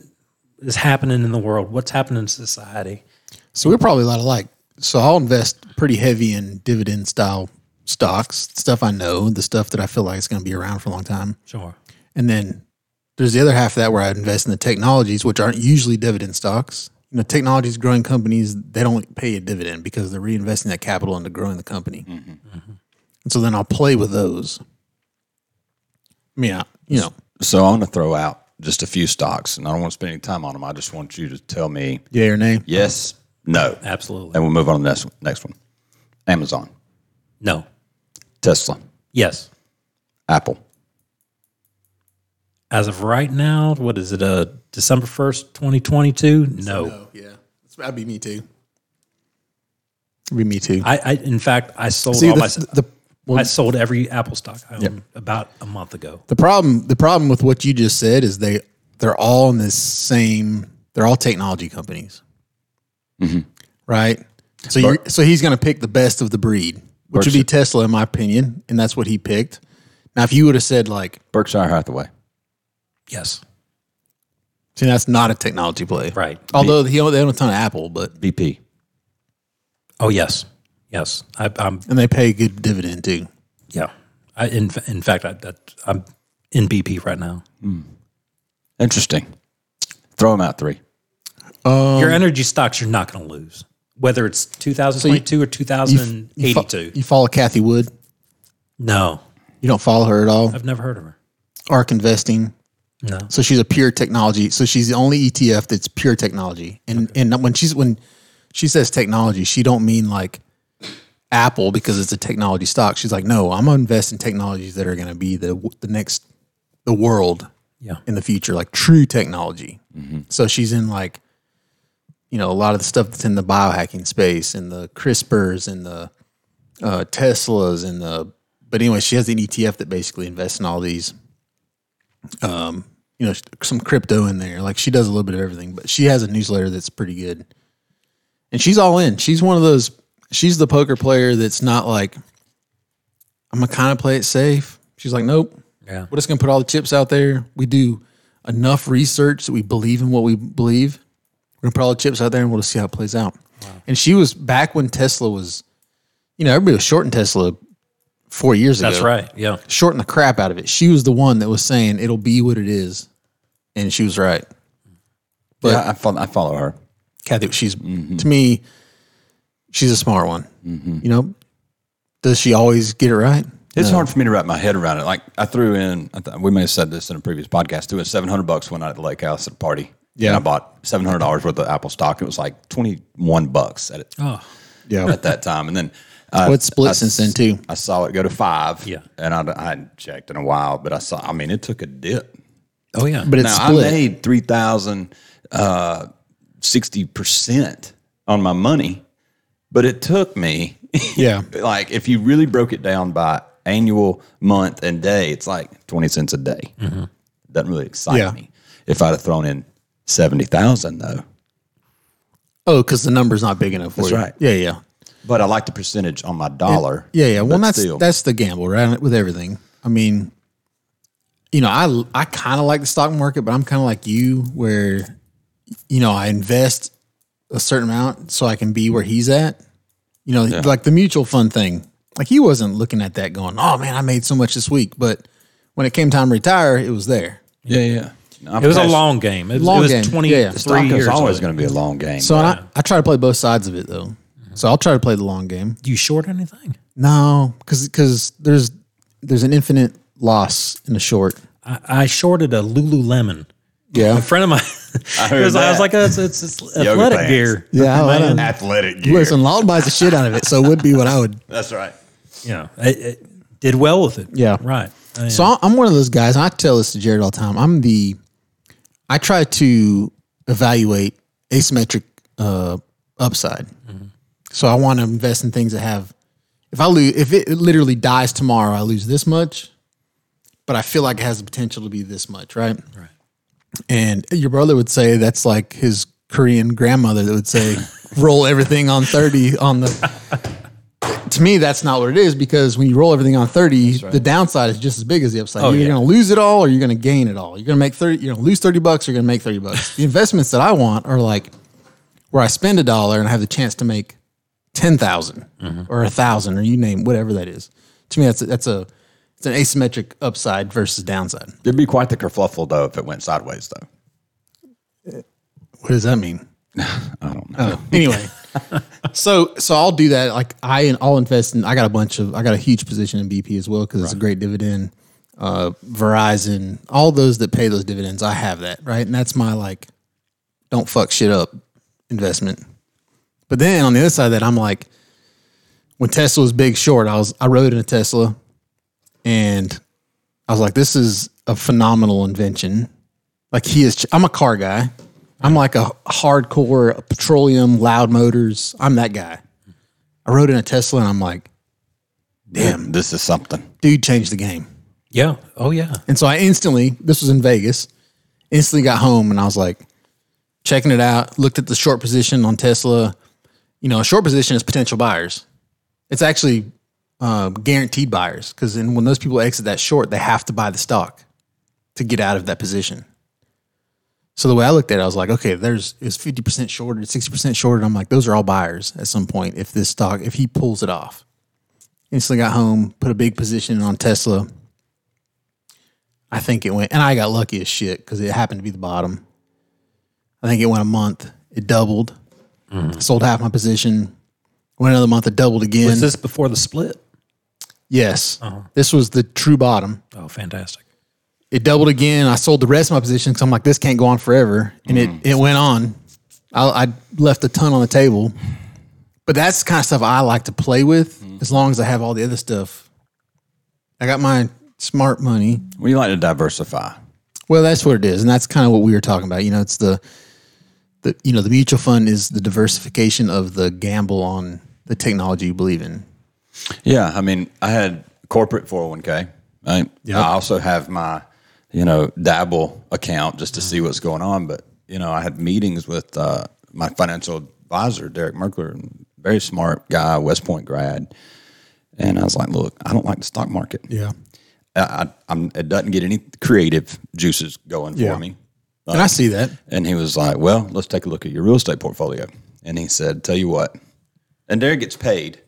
[SPEAKER 4] is happening in the world, what's happening in society.
[SPEAKER 3] So we're probably a lot alike. So I'll invest pretty heavy in dividend style stocks, stuff I know, the stuff that I feel like is going to be around for a long time.
[SPEAKER 4] Sure.
[SPEAKER 3] And then there's the other half of that where I invest in the technologies, which aren't usually dividend stocks. You know, technologies, growing companies, they don't pay a dividend because they're reinvesting that capital into growing the company. And so then I'll play with those. I mean, I, you know,
[SPEAKER 2] So I'm going to throw out just a few stocks, and I don't want to spend any time on them. I just want you to tell me
[SPEAKER 3] yay or nay.
[SPEAKER 2] yes, no,
[SPEAKER 4] Absolutely.
[SPEAKER 2] and we'll move on to the next one. Next one, Amazon,
[SPEAKER 4] No.
[SPEAKER 2] Tesla,
[SPEAKER 4] Yes.
[SPEAKER 2] Apple.
[SPEAKER 4] As of right now, what is it? Uh, December 1st, 2022? No.
[SPEAKER 3] Oh, yeah. That'd be me too. It'd be me too.
[SPEAKER 4] I, I, in fact, I sold
[SPEAKER 3] See,
[SPEAKER 4] all
[SPEAKER 3] the,
[SPEAKER 4] my,
[SPEAKER 3] the, well,
[SPEAKER 4] I sold every Apple stock I owned about a month ago.
[SPEAKER 3] The problem the problem with what you just said is they they're all in the same they're all technology companies.
[SPEAKER 4] Mm-hmm.
[SPEAKER 3] Right? So you so he's going to pick the best of the breed, which would be Tesla in my opinion, and that's what he picked. Now if you would have said like,
[SPEAKER 2] Berkshire Hathaway.
[SPEAKER 4] Yes.
[SPEAKER 3] see that's not a technology play.
[SPEAKER 4] Right.
[SPEAKER 3] Although he owned, they own a ton of Apple, but
[SPEAKER 2] BP.
[SPEAKER 4] Oh, yes. Yes. I, I'm,
[SPEAKER 3] and they pay good dividend too.
[SPEAKER 4] yeah. I, in, fa- in fact, I, that, I'm in BP right now.
[SPEAKER 2] Interesting. Throw them out three.
[SPEAKER 3] Um,
[SPEAKER 4] Your energy stocks, you're not going to lose, whether it's 2022
[SPEAKER 3] You,
[SPEAKER 4] or
[SPEAKER 3] fo-
[SPEAKER 4] 2082.
[SPEAKER 3] you follow Kathy Wood?
[SPEAKER 4] no.
[SPEAKER 3] You don't follow her at all?
[SPEAKER 4] I've never heard of her.
[SPEAKER 3] Arc Investing.
[SPEAKER 4] No.
[SPEAKER 3] So she's a pure technology. So she's the only ETF that's pure technology. And and when she's when she says technology, she don't mean like Apple because it's a technology stock. She's like, no, I'm gonna invest in technologies that are gonna be the the next the world
[SPEAKER 4] Yeah.
[SPEAKER 3] in the future, like true technology. So she's in like you know a lot of the stuff that's in the biohacking space and the CRISPRs and the uh, Teslas and the. But anyway, she has an ETF that basically invests in all these you know some crypto in there. Like she does a little bit of everything, but she has a newsletter that's pretty good. And she's all in. She's one of those. She's the poker player that's not like I'm gonna kind of play it safe. She's like, nope.
[SPEAKER 4] Yeah.
[SPEAKER 3] We're just gonna put all the chips out there. We do enough research that we believe in what we believe. We're gonna put all the chips out there and we'll just see how it plays out. And she was back when Tesla was, you know, everybody was shorting Tesla four years ago
[SPEAKER 4] That's right. Yeah.
[SPEAKER 3] shorten the crap out of it. She was the one that was saying it'll be what it is, and she was right. But-
[SPEAKER 2] yeah, I follow, I follow her.
[SPEAKER 3] Kathy, she's
[SPEAKER 2] Mm-hmm.
[SPEAKER 3] to me, she's a smart one. You know, does she always get it right?
[SPEAKER 2] It's hard for me to wrap my head around it. Like I threw in, I th- we may have said this in a previous podcast. Threw in seven hundred bucks one night at the lake house at a party.
[SPEAKER 3] Yeah.
[SPEAKER 2] and I bought seven hundred dollars worth of Apple stock. It was like twenty one bucks at it,
[SPEAKER 3] Ah. Yeah.
[SPEAKER 2] at that time, and then I,
[SPEAKER 3] well, it's split
[SPEAKER 2] I
[SPEAKER 3] since then too.
[SPEAKER 2] I saw it go to five.
[SPEAKER 4] Yeah.
[SPEAKER 2] and I, I hadn't checked in a while, but I saw. I mean, it took a dip.
[SPEAKER 4] Oh, yeah.
[SPEAKER 3] But it's
[SPEAKER 2] Now
[SPEAKER 3] split.
[SPEAKER 2] I made three thousand uh, sixty percent on my money, but it took me
[SPEAKER 3] yeah.
[SPEAKER 2] like if you really broke it down by annual, month, and day, it's like twenty cents a day. Doesn't really excite
[SPEAKER 3] Mm-hmm. Yeah.
[SPEAKER 2] me. If I'd have thrown in seventy thousand though,
[SPEAKER 3] Oh, because the number's not big enough for
[SPEAKER 2] That's
[SPEAKER 3] you.
[SPEAKER 2] right.
[SPEAKER 3] Yeah, yeah,
[SPEAKER 2] but I like the percentage on my dollar.
[SPEAKER 3] yeah, yeah. Well,
[SPEAKER 2] But
[SPEAKER 3] that's
[SPEAKER 2] still.
[SPEAKER 3] that's the gamble, right? With everything. I mean, you know, I I kind of like the stock market, but I'm kind of like you, where you know I invest a certain amount so I can be where he's at. You know, like the mutual fund thing. Like he wasn't looking at that going, "Oh man, I made so much this week," but when it came time to retire, it was there.
[SPEAKER 2] yeah, yeah. No, I'm
[SPEAKER 4] it was a
[SPEAKER 2] passionate.
[SPEAKER 4] long game. It, was-
[SPEAKER 3] Long
[SPEAKER 4] it was
[SPEAKER 3] game. Yeah, yeah.
[SPEAKER 4] 23
[SPEAKER 2] Stock
[SPEAKER 4] years.
[SPEAKER 2] is always
[SPEAKER 4] of it.
[SPEAKER 2] going to be a long game.
[SPEAKER 3] So and I, I try to play both sides of it though. So I'll try to play the long game.
[SPEAKER 4] you short anything?
[SPEAKER 3] No, because there's there's an infinite loss in the short.
[SPEAKER 4] I, I shorted a Lululemon.
[SPEAKER 3] Yeah,
[SPEAKER 4] A friend of mine, I,
[SPEAKER 2] heard
[SPEAKER 4] was, I was
[SPEAKER 2] that.
[SPEAKER 4] like, oh, it's, it's, it's
[SPEAKER 2] Yoga
[SPEAKER 4] athletic
[SPEAKER 2] pants.
[SPEAKER 4] gear.
[SPEAKER 3] yeah. I- I don't-
[SPEAKER 2] athletic
[SPEAKER 3] um, Listen, Lal buys the shit out of it, so it would be what I would.
[SPEAKER 2] That's right.
[SPEAKER 4] Yeah. It, it did well with it.
[SPEAKER 3] Yeah.
[SPEAKER 4] Right. I-
[SPEAKER 3] So I- I'm one of those guys. And I tell this to Jared all the time. I'm the, I try to evaluate asymmetric uh, upside. So I want to invest in things that have. If I lose, if it literally dies tomorrow, I lose this much, but I feel like it has the potential to be this much, right? Right. And your brother would say that's like his Korean grandmother that would say, "Roll everything on thirty on the." to me, that's not what it is because when you roll everything on 30, the downside is just as big as the upside. you're
[SPEAKER 4] yeah.
[SPEAKER 3] going to lose it all or you're going to gain it all. You're going to make 30, you're going to lose 30 bucks, or you're going to make 30 bucks. the investments that I want are like where I spend a dollar and I have the chance to make 10,000 or a thousand or you name whatever that is. To me, that's a, that's a, it's an asymmetric upside versus downside.
[SPEAKER 2] It'd be quite the kerfluffle though if it went sideways though.
[SPEAKER 3] What does that mean? Oh,
[SPEAKER 2] I don't know.
[SPEAKER 3] anyway so so i'll do that like i i'll invest in i got a bunch of i got a huge position in bp as well because it's a great dividend uh verizon all those that pay those dividends i have that right and that's my like don't fuck shit up investment but then on the other side of that i'm like when tesla was big short i was i rode in a tesla and i was like this is a phenomenal invention like he is. I'm a car guy. I'm like a hardcore petroleum, loud motors. I'm that guy. I rode in a Tesla and I'm like,
[SPEAKER 2] Damn, this is something.
[SPEAKER 3] dude, changed the game.
[SPEAKER 4] Yeah. Oh yeah.
[SPEAKER 3] And so I instantly, this was in Vegas, instantly got home and I was like, checking it out, looked at the short position on Tesla. You know, a short position is potential buyers. It's actually uh, guaranteed buyers because then when those people exit that short, they have to buy the stock to get out of that position. So the way I looked at it, I was like, okay, there's it's fifty percent shorted, sixty percent shorted. I'm like, those are all buyers at some point if this stock if he pulls it off. Instantly got home, put a big position on Tesla. I think it went, and I got lucky as shit because it happened to be the bottom. I think it went a month, it doubled, sold half my position. Went another month, it doubled again.
[SPEAKER 4] Was this before the split?
[SPEAKER 3] yes,
[SPEAKER 2] Uh-huh.
[SPEAKER 3] this was the true bottom.
[SPEAKER 4] Oh, fantastic.
[SPEAKER 3] it doubled again. I sold the rest of my position because I'm like, this can't go on forever. And
[SPEAKER 2] Mm.
[SPEAKER 3] it, it went on. I, I left a ton on the table. But that's the kind of stuff I like to play with
[SPEAKER 2] Mm.
[SPEAKER 3] as long as I have all the other stuff. I got my smart money.
[SPEAKER 2] We like to diversify.
[SPEAKER 3] Well, that's what it is, and that's kind of what we were talking about. You know, it's the the you know the mutual fund is the diversification of the gamble on the technology you believe in.
[SPEAKER 2] Yeah, I mean, I had corporate 401k. Right? I also have my, you know, dabble account just to see
[SPEAKER 3] Mm-hmm.
[SPEAKER 2] what's going on. But, you know, I had meetings with uh, my financial advisor, Derek Merkler, very smart guy, West Point grad. And I was like, look, I don't like the stock market.
[SPEAKER 3] Yeah,
[SPEAKER 2] I, I, I'm, it doesn't get any creative juices going
[SPEAKER 3] Yeah.
[SPEAKER 2] for me.
[SPEAKER 3] and I see that.
[SPEAKER 2] And he was like, Well, let's take a look at your real estate portfolio. And he said, Tell you what. And Derek gets paid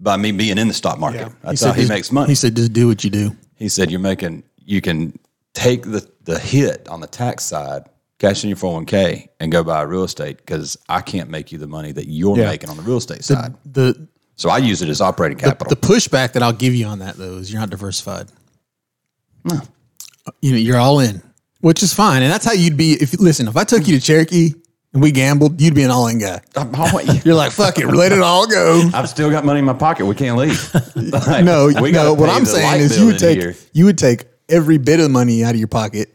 [SPEAKER 2] by me being in the stock market. That's how he
[SPEAKER 3] just-
[SPEAKER 2] makes money.
[SPEAKER 3] He said, "Just do what you do."
[SPEAKER 2] He said, You're making, you can take the, the hit on the tax side, cash in your 401k, and go buy real estate because I can't make you the money that you're
[SPEAKER 3] Yeah.
[SPEAKER 2] making on the real estate side.
[SPEAKER 3] The
[SPEAKER 2] so I use it as operating capital.
[SPEAKER 3] The pushback that I'll give you on that though is you're not diversified. No. You know, you're all in, which is fine. And that's how you'd be if listen, if I took you to Cherokee and we gambled, you'd be an all in guy.
[SPEAKER 2] I'm always-
[SPEAKER 3] You're like, fuck it, let it all go.
[SPEAKER 2] I've still got money in my pocket. We can't leave. Like,
[SPEAKER 3] No,
[SPEAKER 2] gotta
[SPEAKER 3] no, what
[SPEAKER 2] pay
[SPEAKER 3] I'm
[SPEAKER 2] the light
[SPEAKER 3] saying is
[SPEAKER 2] bill
[SPEAKER 3] you would
[SPEAKER 2] in
[SPEAKER 3] take
[SPEAKER 2] here.
[SPEAKER 3] you would take every bit of money out of your pocket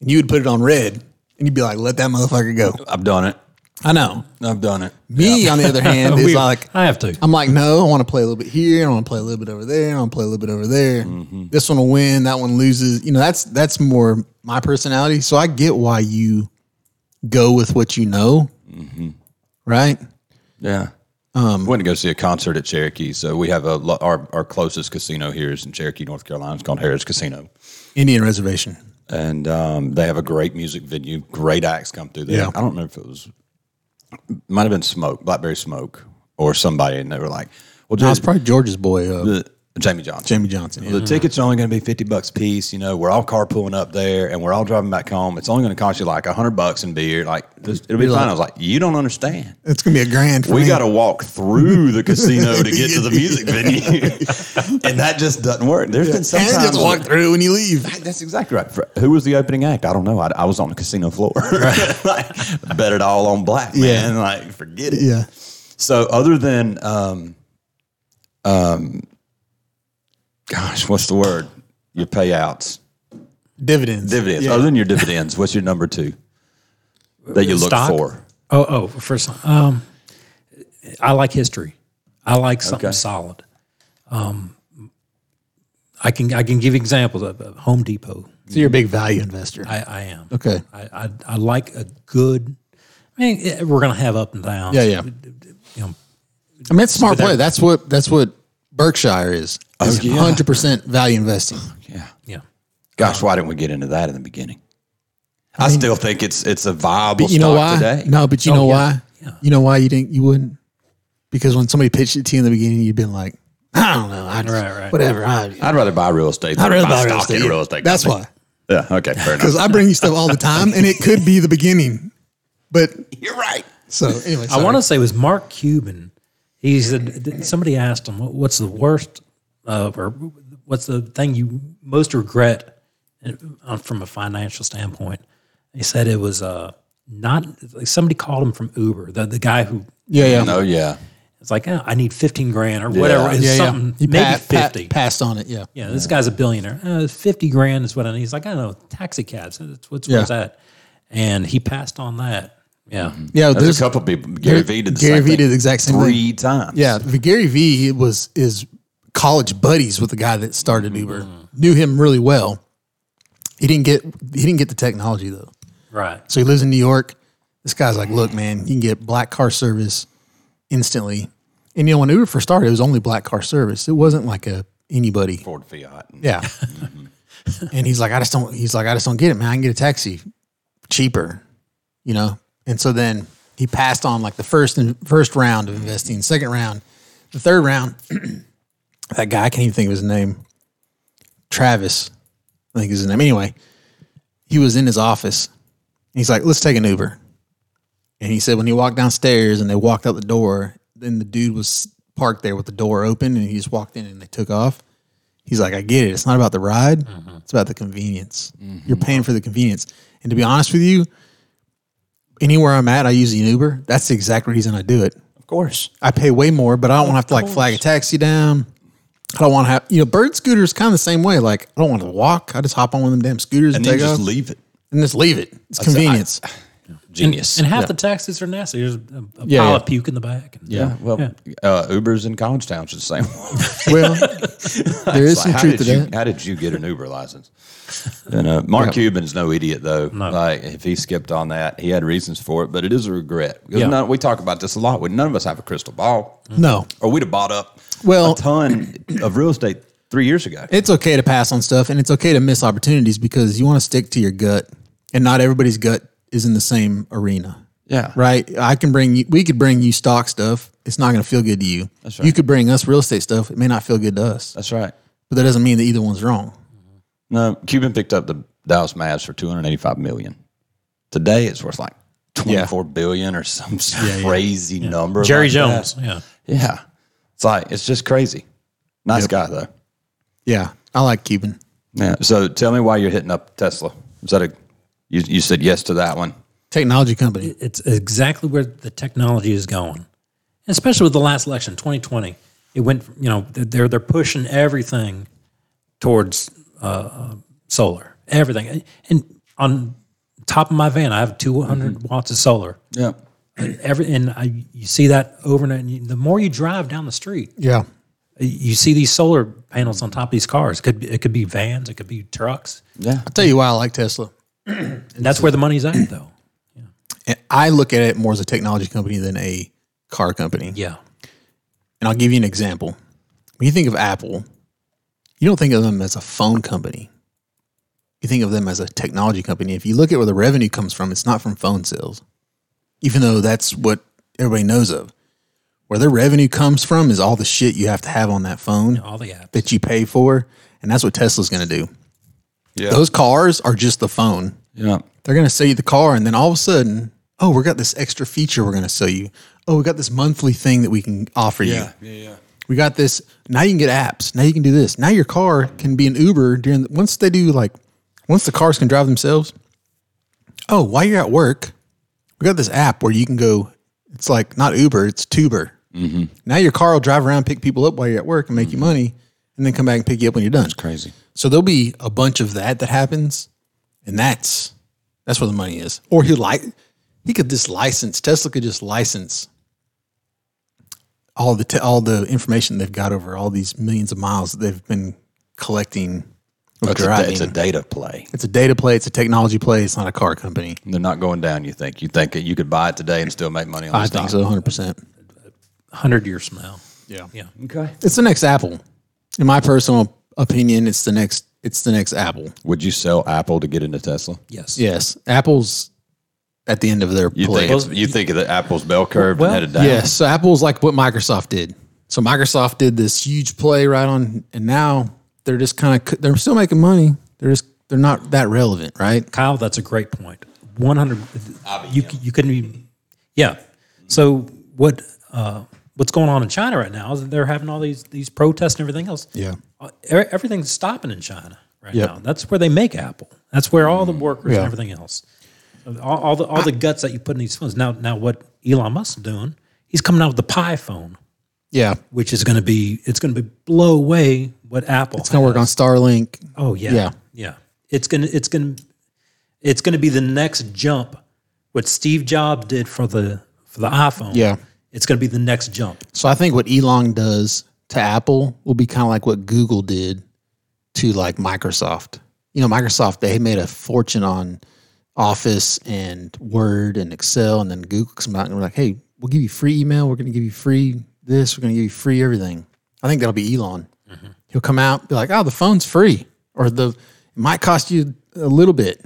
[SPEAKER 3] and you would put it on red and you'd be like, let that motherfucker go.
[SPEAKER 2] I've done it.
[SPEAKER 3] I know.
[SPEAKER 2] I've done it.
[SPEAKER 3] Me, on the other hand, is
[SPEAKER 4] We-
[SPEAKER 3] like
[SPEAKER 4] I have to.
[SPEAKER 3] I'm like, no, I want to play a little bit here. I want to play a little bit over there. I want to play a little bit over there.
[SPEAKER 4] Mm-hmm.
[SPEAKER 3] This one will win. That one loses. You know, that's that's more my personality. So I get why you go with what you know,
[SPEAKER 4] Mm-hmm.
[SPEAKER 3] right?
[SPEAKER 2] Yeah. Um, went to go see a concert at Cherokee. So we have a lo- our our closest casino here is in Cherokee, North Carolina. It's called Harris Casino,
[SPEAKER 3] Indian reservation.
[SPEAKER 2] and um, they have a great music venue. Great acts come through there.
[SPEAKER 3] Yeah.
[SPEAKER 2] I don't remember if it was might have been Smoke, Blackberry Smoke, or somebody, and they were like, "Well,
[SPEAKER 3] No, it's
[SPEAKER 2] just
[SPEAKER 3] probably George's boy, uh,
[SPEAKER 2] Jamie Johnson."
[SPEAKER 3] Jamie Johnson. Yeah.
[SPEAKER 2] Well, the tickets are only going to be 50 bucks a piece. You know, we're all carpooling up there and we're all driving back home. It's only going to cost you like 100 bucks in beer. Like, this, it'll be fine. I was like, you don't understand.
[SPEAKER 3] It's gonna be a grand. For
[SPEAKER 2] We
[SPEAKER 3] me.
[SPEAKER 2] got to walk through the casino to get to the music venue, and that just doesn't work. There's been
[SPEAKER 3] and
[SPEAKER 2] sometimes
[SPEAKER 3] just walk through when you leave.
[SPEAKER 2] That's exactly right. For- who was the opening act? I don't know. I, I was on the casino floor. like, bet it all on black man. Like forget it.
[SPEAKER 3] Yeah,
[SPEAKER 2] So other than um, um, gosh, what's the word? Your payouts,
[SPEAKER 3] dividends.
[SPEAKER 2] dividends.
[SPEAKER 3] Yeah.
[SPEAKER 2] Other than your dividends, what's your number two that you look
[SPEAKER 4] Stock?
[SPEAKER 2] for?
[SPEAKER 4] Oh, oh, first, um, I like history. I like something
[SPEAKER 2] Okay.
[SPEAKER 4] solid. Um, I can I can give examples of of Home Depot.
[SPEAKER 3] So you're a big value investor.
[SPEAKER 4] I, I am.
[SPEAKER 3] okay.
[SPEAKER 4] I, I I like a good. I mean, eh, we're gonna have up and downs.
[SPEAKER 3] Yeah, yeah.
[SPEAKER 4] You know,
[SPEAKER 3] I mean, it's smart play. That's what that's what Berkshire is. It's
[SPEAKER 2] Oh, yeah.
[SPEAKER 3] 100% value investing.
[SPEAKER 2] Yeah.
[SPEAKER 4] Yeah.
[SPEAKER 2] Gosh, why didn't we get into that in the beginning? I, still think it's it's a viable
[SPEAKER 3] But you know
[SPEAKER 2] stock
[SPEAKER 3] why?
[SPEAKER 2] today. Oh,
[SPEAKER 3] No, but you know
[SPEAKER 4] yeah.
[SPEAKER 3] why? You know why you didn't? You wouldn't? Because when somebody pitched it to you in the beginning, you'd been like, I don't know. I just,
[SPEAKER 4] Right, right.
[SPEAKER 3] Whatever. I,
[SPEAKER 2] I'd rather buy real estate.
[SPEAKER 3] I'd
[SPEAKER 2] than
[SPEAKER 3] rather buy
[SPEAKER 2] stock
[SPEAKER 3] real estate.
[SPEAKER 2] in a
[SPEAKER 3] Yeah,
[SPEAKER 2] real estate.
[SPEAKER 3] That's
[SPEAKER 2] company.
[SPEAKER 3] why.
[SPEAKER 2] Yeah. Okay. Fair
[SPEAKER 3] Because
[SPEAKER 2] enough.
[SPEAKER 3] I bring you stuff all the time, and it could be the beginning. But
[SPEAKER 2] You're right.
[SPEAKER 3] so anyway,
[SPEAKER 4] I want to say it was Mark Cuban. He's the, somebody asked him, "What- "What's the worst, uh, or what's the thing you most regret uh, from a financial standpoint?" He said it was uh, not. Like somebody called him from Uber, the the guy who
[SPEAKER 3] Yeah, yeah.
[SPEAKER 2] No. Oh, Yeah.
[SPEAKER 4] it's like, oh, "I need fifteen grand or whatever." It's
[SPEAKER 3] Yeah,
[SPEAKER 4] something
[SPEAKER 3] yeah. You
[SPEAKER 4] maybe
[SPEAKER 3] pa- pa-
[SPEAKER 4] fifty.
[SPEAKER 3] passed on it. Yeah.
[SPEAKER 4] Yeah, this guy's a billionaire. Uh, Fifty grand is what I need. He's like, I don't know, taxi cabs. That's what's
[SPEAKER 3] Yeah.
[SPEAKER 4] what's that? And he passed on that. Yeah,
[SPEAKER 3] Yeah.
[SPEAKER 2] There's, a couple people. Gary Vee did the
[SPEAKER 3] Gary
[SPEAKER 2] same
[SPEAKER 3] Vee
[SPEAKER 2] thing
[SPEAKER 3] did the exact same
[SPEAKER 2] three
[SPEAKER 3] thing.
[SPEAKER 2] times.
[SPEAKER 3] Yeah, the Gary Vee was is college buddies with the guy that started Uber. Knew him really well. He didn't get he didn't get the technology though.
[SPEAKER 4] right.
[SPEAKER 3] So he lives in New York. This guy's like, look, man, you can get black car service instantly. And you know, when Uber first started, it was only black car service. It wasn't like a anybody.
[SPEAKER 2] Ford Fiat. and-
[SPEAKER 3] Yeah. and he's like, I just don't. He's like, I just don't get it, man. I can get a taxi cheaper, you know. And so then he passed on like the first first round of investing, second round, the third round. that guy, I can't even think of his name. Travis, I think is his name. Anyway, he was in his office. And he's like, let's take an Uber. And he said when he walked downstairs and they walked out the door, then the dude was parked there with the door open, and he just walked in and they took off. He's like, I get it. It's not about the ride.
[SPEAKER 2] Mm-hmm.
[SPEAKER 3] It's about the convenience. You're paying for the convenience. And to be honest with you, anywhere I'm at, I use an Uber. That's the exact reason I do it.
[SPEAKER 2] Of course.
[SPEAKER 3] I pay way more, but I don't want to have to like flag a taxi down. I don't want to have, you know, bird scooters kind of the same way. Like, I don't want to walk. I just hop on one of them damn scooters
[SPEAKER 2] And
[SPEAKER 3] and,
[SPEAKER 2] then
[SPEAKER 3] take
[SPEAKER 2] just
[SPEAKER 3] off
[SPEAKER 2] leave it.
[SPEAKER 3] and just leave it. It's convenience.
[SPEAKER 2] Genius.
[SPEAKER 4] And half the taxis are nasty. There's a, a
[SPEAKER 3] Yeah,
[SPEAKER 4] pile
[SPEAKER 3] yeah.
[SPEAKER 4] of puke in the back. And,
[SPEAKER 2] yeah. Well, Uh, Ubers in college towns are the same.
[SPEAKER 3] well, there is
[SPEAKER 2] It's
[SPEAKER 3] some
[SPEAKER 2] like,
[SPEAKER 3] truth
[SPEAKER 2] how
[SPEAKER 3] to
[SPEAKER 2] did you,
[SPEAKER 3] that.
[SPEAKER 2] How did you get an Uber license? And uh, Mark Cuban's no idiot though. Like if he skipped on that, he had reasons for it, but it is a regret. Because
[SPEAKER 4] Yeah.
[SPEAKER 2] none- we talk about this a lot. We, none of us have a crystal ball,
[SPEAKER 3] No,
[SPEAKER 2] or we'd have bought up
[SPEAKER 3] Well-
[SPEAKER 2] a ton of real estate three years ago.
[SPEAKER 3] it's okay to pass on stuff and it's okay to miss opportunities because you want to stick to your gut and not everybody's gut is in the same arena
[SPEAKER 2] yeah,
[SPEAKER 3] right i can bring you we could bring you stock stuff it's not going to feel good to you that's right. you could bring us real estate stuff it may not feel good to us
[SPEAKER 2] That's right.
[SPEAKER 3] but that doesn't mean that either one's wrong
[SPEAKER 2] No, Cuban picked up the Dallas Mavs for two hundred eighty-five million. Today, it's worth like twenty-four billion or some crazy number.
[SPEAKER 4] Jerry
[SPEAKER 2] like that.
[SPEAKER 4] Jones. Yeah.
[SPEAKER 2] Yeah, it's like it's just crazy. Nice guy though.
[SPEAKER 3] yeah i like cuban
[SPEAKER 2] Yeah. So tell me why you're hitting up Tesla. Is that a you, you said yes to that one?
[SPEAKER 3] technology company
[SPEAKER 4] It's exactly where the technology is going, especially with the last election, 2020. It went, you know, they're they're pushing everything towards uh, uh, solar, everything. And on top of my van, I have 200
[SPEAKER 3] Mm-hmm.
[SPEAKER 4] watts of solar.
[SPEAKER 2] Yeah.
[SPEAKER 4] Every and I, you see that overnight. And you, the more you drive down the street,
[SPEAKER 3] yeah
[SPEAKER 4] you see these solar panels on top of these cars. It could be, it could be vans, it could be trucks.
[SPEAKER 2] Yeah.
[SPEAKER 3] i'll tell you why i like tesla
[SPEAKER 4] And that's where the money's at, though.
[SPEAKER 3] and i look at it more as a technology company than a car company
[SPEAKER 4] Yeah.
[SPEAKER 3] And I'll give you an example. When you think of Apple, you don't think of them as a phone company. You think of them as a technology company. If you look at where the revenue comes from, it's not from phone sales, even though that's what everybody knows of. Where their revenue comes from is all the shit you have to have on that phone
[SPEAKER 4] All the apps.
[SPEAKER 3] that you pay for. And that's what Tesla's going to do.
[SPEAKER 2] Yeah.
[SPEAKER 3] Those cars are just the phone
[SPEAKER 2] Yeah.
[SPEAKER 3] they're going to sell you the car and then all of a sudden oh we got this extra feature we're going to sell you oh we got this monthly thing that we can offer you yeah yeah we got this now you can get apps now you can do this now your car can be an uber during the, once they do like once the cars can drive themselves oh while you're at work we got this app where you can go it's like not uber it's tuber mm-hmm. now your car will drive around pick people up while you're at work and make you money and then come back and pick you up when you're done
[SPEAKER 2] Mm-hmm. Crazy.
[SPEAKER 3] so there'll be a bunch of that that happens, and that's that's where the money is. Or he like he could just license Tesla could just license all the te- all the information they've got over all these millions of miles that they've been collecting. of
[SPEAKER 2] It's a,
[SPEAKER 3] driving.
[SPEAKER 2] it's a data play.
[SPEAKER 3] it's a data play. It's a technology play. It's not a car company.
[SPEAKER 2] They're not going down. You think you think that you could buy it today and still make money on the
[SPEAKER 3] I
[SPEAKER 2] stock?
[SPEAKER 3] think so, hundred percent.
[SPEAKER 4] 100 years from now.
[SPEAKER 3] Yeah.
[SPEAKER 4] Yeah.
[SPEAKER 2] Okay.
[SPEAKER 3] It's the next Apple. In my personal opinion, it's the next it's the next Apple.
[SPEAKER 2] Would you sell Apple to get into Tesla?
[SPEAKER 4] Yes.
[SPEAKER 3] Yes. Apple's at the end of their
[SPEAKER 2] You
[SPEAKER 3] play.
[SPEAKER 2] think it's- you think of the Apple's bell curve
[SPEAKER 4] Well,
[SPEAKER 2] and headed down.
[SPEAKER 3] Yes. So Apple's like what Microsoft did. So Microsoft did this huge play right on, and now they're just kind of they're still making money. They're just they're not that relevant, right?
[SPEAKER 4] Kyle, that's a great point. One hundred. You c- you couldn't even. Yeah. So what uh, what's going on in China right now is that they're having all these these protests and everything else.
[SPEAKER 3] Yeah.
[SPEAKER 4] Uh, e- Everything's stopping in China right
[SPEAKER 3] Yep.
[SPEAKER 4] now. That's where they make Apple. That's where all the
[SPEAKER 3] Mm.
[SPEAKER 4] workers
[SPEAKER 3] Yeah.
[SPEAKER 4] and everything else. All, all the all the guts that you put in these phones. Now now what Elon Musk's doing? He's coming out with the Pi phone,
[SPEAKER 3] Yeah.
[SPEAKER 4] which is going to be it's going to be blow away what Apple.
[SPEAKER 3] It's gonna work on Starlink.
[SPEAKER 4] Oh yeah,
[SPEAKER 3] Yeah.
[SPEAKER 4] yeah, It's gonna, it's gonna, it's gonna be the next jump. What Steve Jobs did for the for the iPhone.
[SPEAKER 3] Yeah.
[SPEAKER 4] it's gonna be the next jump.
[SPEAKER 3] So I think what Elon does to Apple will be kind of like what Google did to like Microsoft. You know, Microsoft they made a fortune on Office and Word and Excel, and then Google comes out and we're like, hey, we'll give you free email. We're going to give you free this. We're going to give you free everything. I think that'll be Elon. He'll come out be like, oh, the phone's free, or the it might cost you a little bit,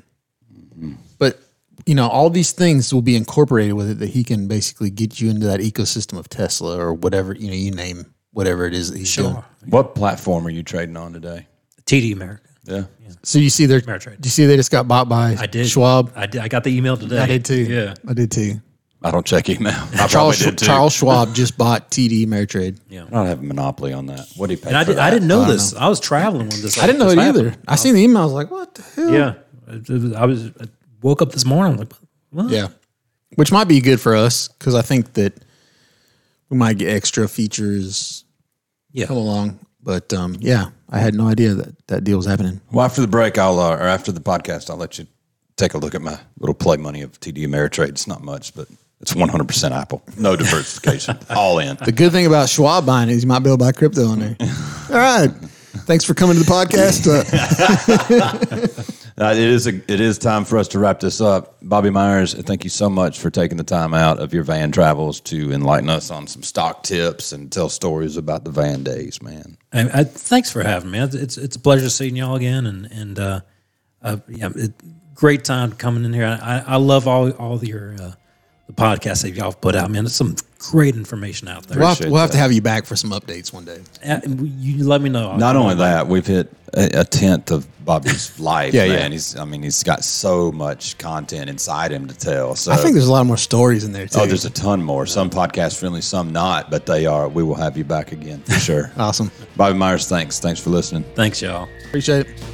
[SPEAKER 3] but you know all these things will be incorporated with it that he can basically get you into that ecosystem of Tesla or whatever you know you name whatever it is that he's doing.
[SPEAKER 2] What platform are you trading on today?
[SPEAKER 4] TD America.
[SPEAKER 2] Yeah.
[SPEAKER 3] So you see, they're
[SPEAKER 4] Ameritrade.
[SPEAKER 3] do you see they just got bought by
[SPEAKER 4] I did
[SPEAKER 3] Schwab.
[SPEAKER 4] I did. I got the email today.
[SPEAKER 3] I did too.
[SPEAKER 4] Yeah,
[SPEAKER 3] I did too.
[SPEAKER 2] I don't check email. I
[SPEAKER 3] Charles,
[SPEAKER 2] probably did too.
[SPEAKER 3] Charles Schwab just bought TD Ameritrade.
[SPEAKER 2] I don't have a monopoly on that. What do you pay?
[SPEAKER 4] and I,
[SPEAKER 2] for
[SPEAKER 4] did,
[SPEAKER 2] that?
[SPEAKER 4] I didn't know this. I was traveling when this.
[SPEAKER 3] I didn't know
[SPEAKER 4] this
[SPEAKER 3] it
[SPEAKER 4] happened.
[SPEAKER 3] either. I seen the email. I was like, what the hell?
[SPEAKER 4] Yeah, It- it was- I was. I woke up this morning. I'm like, what?
[SPEAKER 3] Yeah. Which might be good for us because I think that we might get extra features
[SPEAKER 4] Yeah.
[SPEAKER 3] come along. But um, yeah, I had no idea that that deal was happening.
[SPEAKER 2] Well, after the break, I'll uh, or after the podcast, I'll let you take a look at my little play money of TD Ameritrade. It's not much, but it's 100% Apple. No diversification. All in.
[SPEAKER 3] The good thing about Schwab buying is you might be able to buy crypto on there. All right. Thanks for coming to the podcast. Uh,
[SPEAKER 2] Uh, it is a, it is time for us to wrap this up. Bobby Myers, thank you so much for taking the time out of your van travels to enlighten us on some stock tips and tell stories about the van days, man.
[SPEAKER 4] I, I, uh, thanks for having me. It's, it's it's a pleasure seeing y'all again, and and uh, uh, yeah, it, great time coming in here. I, I, I love all all your uh, the podcasts that y'all have put out. Man, there's some great information out there.
[SPEAKER 3] we'll have,
[SPEAKER 2] Appreciate Uh,
[SPEAKER 3] we'll have to have you back for some updates one day.
[SPEAKER 4] And you let me know.
[SPEAKER 2] Not only that, we've hit a, a tenth of Bobby's life,
[SPEAKER 3] Yeah,
[SPEAKER 2] man.
[SPEAKER 3] yeah.
[SPEAKER 2] He's I mean, he's got so much content inside him to tell. So
[SPEAKER 3] I think there's a lot more stories in there too.
[SPEAKER 2] Oh, there's a ton more. Some podcast friendly, some not, but they are. We will have you back again for sure.
[SPEAKER 3] awesome.
[SPEAKER 2] Bobby Myers, thanks. Thanks for listening.
[SPEAKER 4] Thanks, y'all.
[SPEAKER 3] Appreciate it.